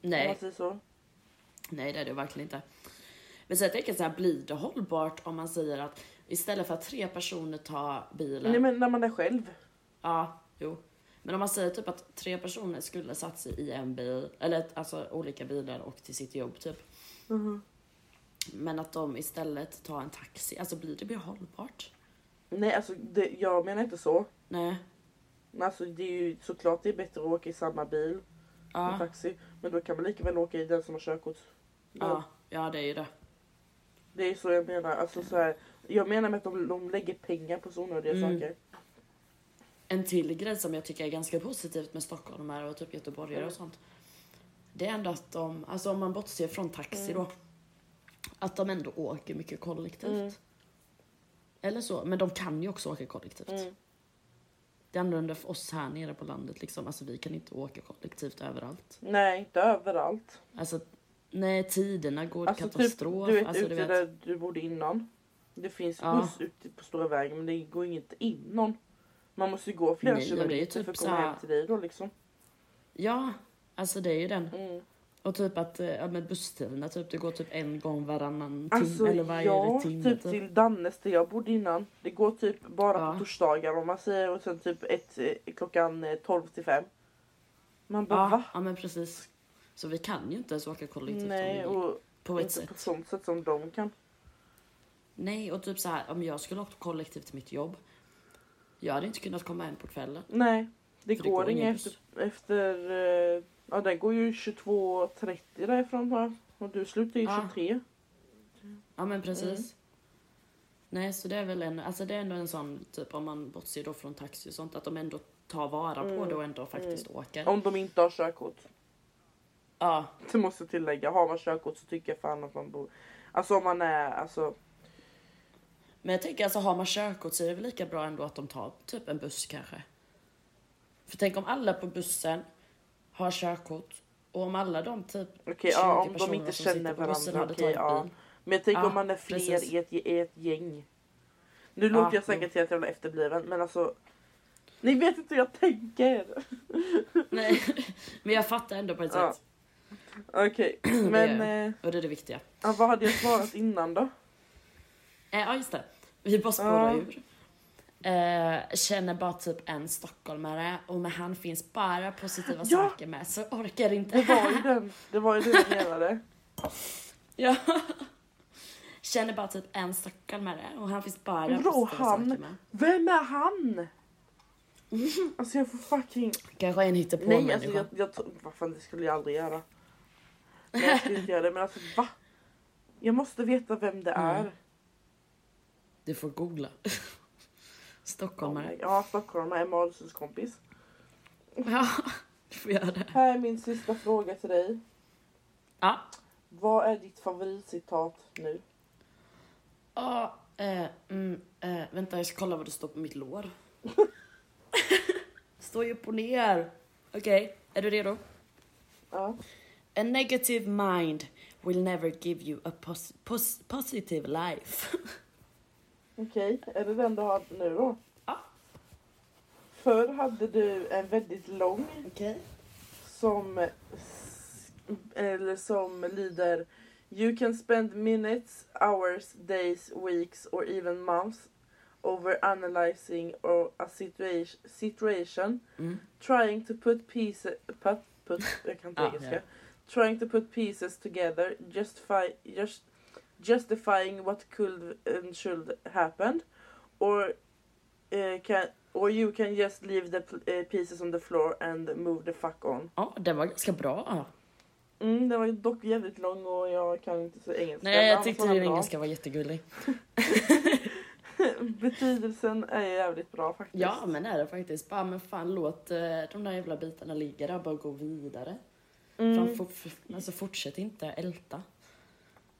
Speaker 2: Om man
Speaker 1: Nej,
Speaker 2: säger så.
Speaker 1: nej det är det verkligen inte. Men sen tänker jag så här, blir det hållbart om man säger att istället för att tre personer tar bilen.
Speaker 2: Nej men när man är själv.
Speaker 1: Ja, jo. Men om man säger typ att tre personer skulle satt sig i en bil, eller ett- alltså olika bilar och till sitt jobb typ.
Speaker 2: Mhm.
Speaker 1: Men att de istället tar en taxi, alltså blir det mer hållbart?
Speaker 2: Nej alltså det, jag menar inte så.
Speaker 1: Nej.
Speaker 2: Men Alltså det är ju såklart det är bättre att åka i samma bil som
Speaker 1: Ja,
Speaker 2: taxi. Men då kan man lika väl åka i den som har körkort.
Speaker 1: ja, ja det är ju det.
Speaker 2: Det är så jag menar. Alltså, så här, jag menar med att de, de lägger pengar på så onödiga
Speaker 1: Mm.
Speaker 2: saker.
Speaker 1: En till grej som jag tycker är ganska positivt med stockholmare och typ göteborgare
Speaker 2: Mm.
Speaker 1: och sånt. Det är ändå att de, alltså om man bortser från
Speaker 2: Mm.
Speaker 1: taxi då. Att de ändå åker mycket kollektivt.
Speaker 2: Mm.
Speaker 1: Eller så, men de kan ju också åka kollektivt.
Speaker 2: Mm.
Speaker 1: Det är annorlunda för oss här nere på landet liksom. Alltså vi kan inte åka kollektivt överallt.
Speaker 2: Nej, inte överallt.
Speaker 1: Alltså, nej tiderna går
Speaker 2: Mm. Alltså typ,
Speaker 1: katastrof.
Speaker 2: du vet
Speaker 1: alltså,
Speaker 2: ute där du bodde innan. Det finns
Speaker 1: Ja.
Speaker 2: buss ute på stora vägen men det går inget in någon. Man måste ju gå flera
Speaker 1: Nej, och det är
Speaker 2: kilometer
Speaker 1: typ
Speaker 2: för att
Speaker 1: så
Speaker 2: komma
Speaker 1: här-
Speaker 2: hem till dig då liksom.
Speaker 1: Ja, alltså det är ju den.
Speaker 2: Mm.
Speaker 1: Och typ att eh, ja, med busstiderna, typ, det går typ en gång varannan
Speaker 2: Alltså
Speaker 1: timme eller varje
Speaker 2: ja,
Speaker 1: timme.
Speaker 2: typ till Dannes där jag bodde innan. Det går typ bara
Speaker 1: Ja.
Speaker 2: på torsdagar om man säger och sen typ ett, eh, klockan eh, 12 till 5. Man bara
Speaker 1: ja,
Speaker 2: va?
Speaker 1: ja, men precis. Så vi kan ju inte ens åka kollektivt
Speaker 2: Nej
Speaker 1: om vi vill,
Speaker 2: och
Speaker 1: på ett
Speaker 2: inte på
Speaker 1: sätt.
Speaker 2: sånt sätt som de kan.
Speaker 1: Nej, och typ så här, om jag skulle åka kollektivt till mitt jobb, jag hade inte kunnat komma hem på kvällen.
Speaker 2: Nej, det
Speaker 1: För
Speaker 2: går,
Speaker 1: det går ingen
Speaker 2: inget
Speaker 1: buss.
Speaker 2: efter... efter eh, ja den går ju 22.30 därifrån va? Och du slutar ju
Speaker 1: Ja.
Speaker 2: 23.
Speaker 1: Ja, men precis.
Speaker 2: Mm.
Speaker 1: Nej, så det är väl en, alltså det är ändå en sån typ om man bortser då från taxi och sånt, att de ändå tar vara på
Speaker 2: Mm.
Speaker 1: det och ändå faktiskt åker.
Speaker 2: Om de inte har körkort.
Speaker 1: Ja,
Speaker 2: Det måste jag tillägga. Har man körkort så tycker jag fan att man bor... Alltså om man är alltså...
Speaker 1: men jag tänker alltså har man körkort så är det väl lika bra ändå att de tar typ en buss kanske. För tänk om alla på bussen har körkort och om alla de typ
Speaker 2: Okej,
Speaker 1: 20
Speaker 2: ja, om de
Speaker 1: personerna
Speaker 2: inte
Speaker 1: som sitter
Speaker 2: känner
Speaker 1: på bussen hade
Speaker 2: varandra. Okej,
Speaker 1: tagit
Speaker 2: ja.
Speaker 1: bil.
Speaker 2: Men jag tänker
Speaker 1: Ja,
Speaker 2: om man är fler
Speaker 1: precis. Ah,
Speaker 2: i ett, i ett gäng. Nu
Speaker 1: Ja,
Speaker 2: låter jag säkert helt jävla efterbliven men alltså. Ni vet inte hur jag tänker.
Speaker 1: Nej, men jag fattar ändå på ett
Speaker 2: Ja.
Speaker 1: sätt.
Speaker 2: Okej, men eh,
Speaker 1: Och det är det viktiga.
Speaker 2: ja, vad hade jag svarat innan då?
Speaker 1: Eh, ja, just det. Vi bara spårar
Speaker 2: Ja.
Speaker 1: ur. Eh, känner bara typ en stockholmare och med han finns bara positiva
Speaker 2: Ja.
Speaker 1: saker med så orkar
Speaker 2: Det
Speaker 1: inte.
Speaker 2: var ju den, det var ju den jag menade.
Speaker 1: ja. Känner bara typ en stockholmare och han finns bara
Speaker 2: Bra,
Speaker 1: positiva
Speaker 2: han.
Speaker 1: saker med.
Speaker 2: Vem är han? Alltså jag får fucking...
Speaker 1: Kanske en hittepå
Speaker 2: Nej alltså
Speaker 1: människa.
Speaker 2: jag, jag tror... Vad fan det skulle jag aldrig göra. Nej jag skulle inte göra det men alltså va? Jag måste veta vem det är.
Speaker 1: Mm. Du får googla.
Speaker 2: Ja,
Speaker 1: stockholmare.
Speaker 2: ja Stockholm är Madisons kompis.
Speaker 1: Ja, du får göra det.
Speaker 2: Här är min sista fråga till dig.
Speaker 1: Ja.
Speaker 2: Vad är ditt favoritcitat nu?
Speaker 1: Ja, eh, mm, eh, vänta jag ska kolla vad det står på mitt lår. står ju upp och ner. Okej, är du redo?
Speaker 2: Ja.
Speaker 1: A negative mind will never give you a pos- pos- positive life.
Speaker 2: Okej, är det den du har nu då?
Speaker 1: Ja.
Speaker 2: Förr hade du en väldigt lång
Speaker 1: Okej.
Speaker 2: som, s- eller som lyder You can spend minutes, hours, days, weeks or even months over analyzing or a situation, situation
Speaker 1: Mm.
Speaker 2: trying to put pieces put, put, jag kan inte
Speaker 1: Ah,
Speaker 2: engelska.
Speaker 1: ja.
Speaker 2: Trying to put pieces together justify, just, justifying what could and should happen or eh, can or you can just leave the pl- eh, pieces on the floor and move the fuck on.
Speaker 1: Ja, den var ganska bra.
Speaker 2: Mm, den var ju dock jävligt lång och jag kan inte så engelska. men
Speaker 1: Nej, jag
Speaker 2: annars
Speaker 1: tyckte typ
Speaker 2: var den
Speaker 1: din
Speaker 2: bra.
Speaker 1: engelska var jättegullig.
Speaker 2: Betydelsen är jävligt bra faktiskt.
Speaker 1: Ja, men är det faktiskt. Bara, men fan låt eh, de där jävla bitarna ligga där, bara gå vidare.
Speaker 2: mm,
Speaker 1: Fan, for- alltså fortsätt inte älta.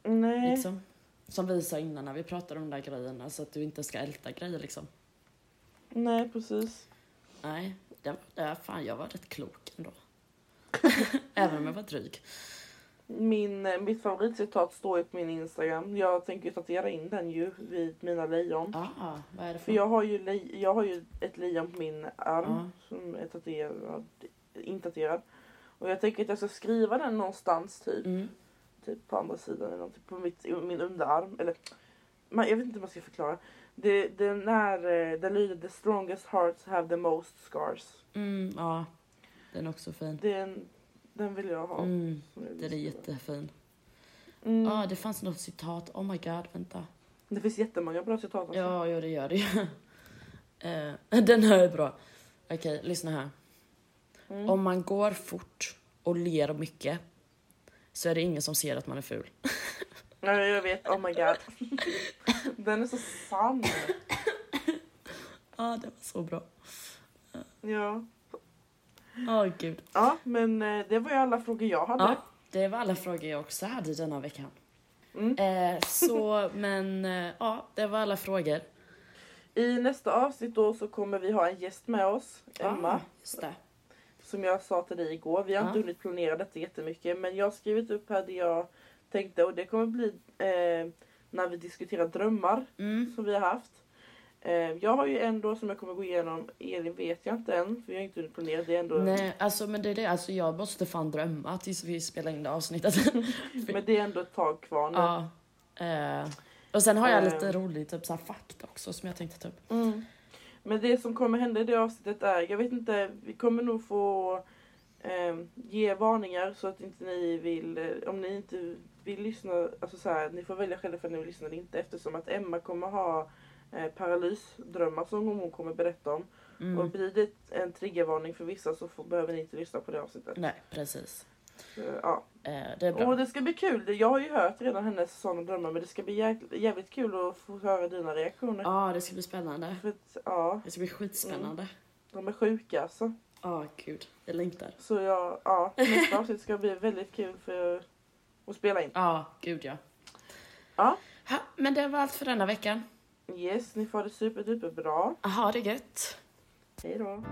Speaker 2: nej.
Speaker 1: Liksom. Som vi sa innan när vi pratade om de där grejerna, så att du inte ska älta grejer liksom.
Speaker 2: nej, precis.
Speaker 1: Nej, den, ja, fan jag var rätt klok ändå. Även om jag var dryg.
Speaker 2: Min, eh, mitt favoritcitat står ju på min Instagram. Jag tänker ju tatuera in den ju vid mina lejon.
Speaker 1: Ah, vad är det
Speaker 2: För
Speaker 1: för?
Speaker 2: jag har, ju le- jag har ju ett lejon på min arm
Speaker 1: Ja.
Speaker 2: som är tatuerad, intatuerad. Och jag tänker att jag ska skriva den någonstans typ.
Speaker 1: Mm.
Speaker 2: typ på andra sidan eller någonting, på mitt, min underarm. Eller, man, jag vet inte hur man ska förklara. Det, den, är, eh, den lyder The strongest hearts have the most scars.
Speaker 1: Mm, ja, den är också fin.
Speaker 2: Den, den vill jag ha.
Speaker 1: Mm,
Speaker 2: som jag vill
Speaker 1: den är
Speaker 2: skriva.
Speaker 1: jättefin.
Speaker 2: Mm.
Speaker 1: Ja, ah, det fanns något citat. Oh my god, vänta.
Speaker 2: Det finns jättemånga bra citat. Alltså.
Speaker 1: Ja, ja det gör det ju. Eh, Den här är bra. Okej, lyssna här.
Speaker 2: Mm.
Speaker 1: Om man går fort och ler mycket så är det ingen som ser att man är ful.
Speaker 2: Ja, jag vet, oh my god. den är så sann.
Speaker 1: Ja, ah, det var så bra.
Speaker 2: Ja.
Speaker 1: Åh gud.
Speaker 2: ja, men eh, det var ju alla frågor jag hade.
Speaker 1: Ja, det var alla frågor jag också hade denna veckan.
Speaker 2: Mm.
Speaker 1: Eh, så, men eh, ja, det var alla frågor.
Speaker 2: I nästa avsnitt då så kommer vi ha en gäst med oss, Emma.
Speaker 1: Ja, Mm, just det.
Speaker 2: Som jag sa till dig igår, vi har
Speaker 1: Ja.
Speaker 2: inte hunnit planera detta jättemycket men jag har skrivit upp här det jag tänkte och det kommer bli eh, när vi diskuterar drömmar
Speaker 1: Mm.
Speaker 2: som vi har haft. Eh, Jag har ju en då som jag kommer gå igenom. Elin vet jag inte än, för vi har inte hunnit planera. Det är ändå,
Speaker 1: Nej, alltså men det är det. Alltså jag måste fan drömma tills vi spelar in det avsnittet.
Speaker 2: men det är ändå ett tag kvar nu.
Speaker 1: ja. Eh, och sen har jag lite
Speaker 2: Ehm.
Speaker 1: rolig typ så här fakta också som jag tänkte ta upp.
Speaker 2: Mm. Men det som kommer hända i det avsnittet är, jag vet inte, vi kommer nog få eh, ge varningar så att inte ni vill, eh, om ni inte vill lyssna, alltså så här, ni får välja själva för ni vill lyssna eller inte eftersom att Emma kommer ha eh, paralysdrömmar som hon kommer berätta om. Och
Speaker 1: Mm.
Speaker 2: blir det en triggervarning för vissa så får, behöver ni inte lyssna på det avsnittet.
Speaker 1: Nej, precis.
Speaker 2: Så, ja.
Speaker 1: Eh, Mm. det är bra.
Speaker 2: Och det ska bli kul, jag har ju hört redan hennes sådana drömmar men det ska bli jäk- jävligt kul att få höra dina reaktioner.
Speaker 1: Ja, det ska bli spännande.
Speaker 2: För att, ja,
Speaker 1: Det ska bli skitspännande.
Speaker 2: Mm. de är sjuka alltså.
Speaker 1: Ja, gud. Jag längtar.
Speaker 2: Så jag, ja, nästa avsnitt ska bli väldigt kul för att spela in.
Speaker 1: Ja, gud ja.
Speaker 2: Ja.
Speaker 1: Ha, men det var allt för denna veckan.
Speaker 2: Yes, ni får ha det superduper bra.
Speaker 1: Ha det gött.
Speaker 2: Hej då.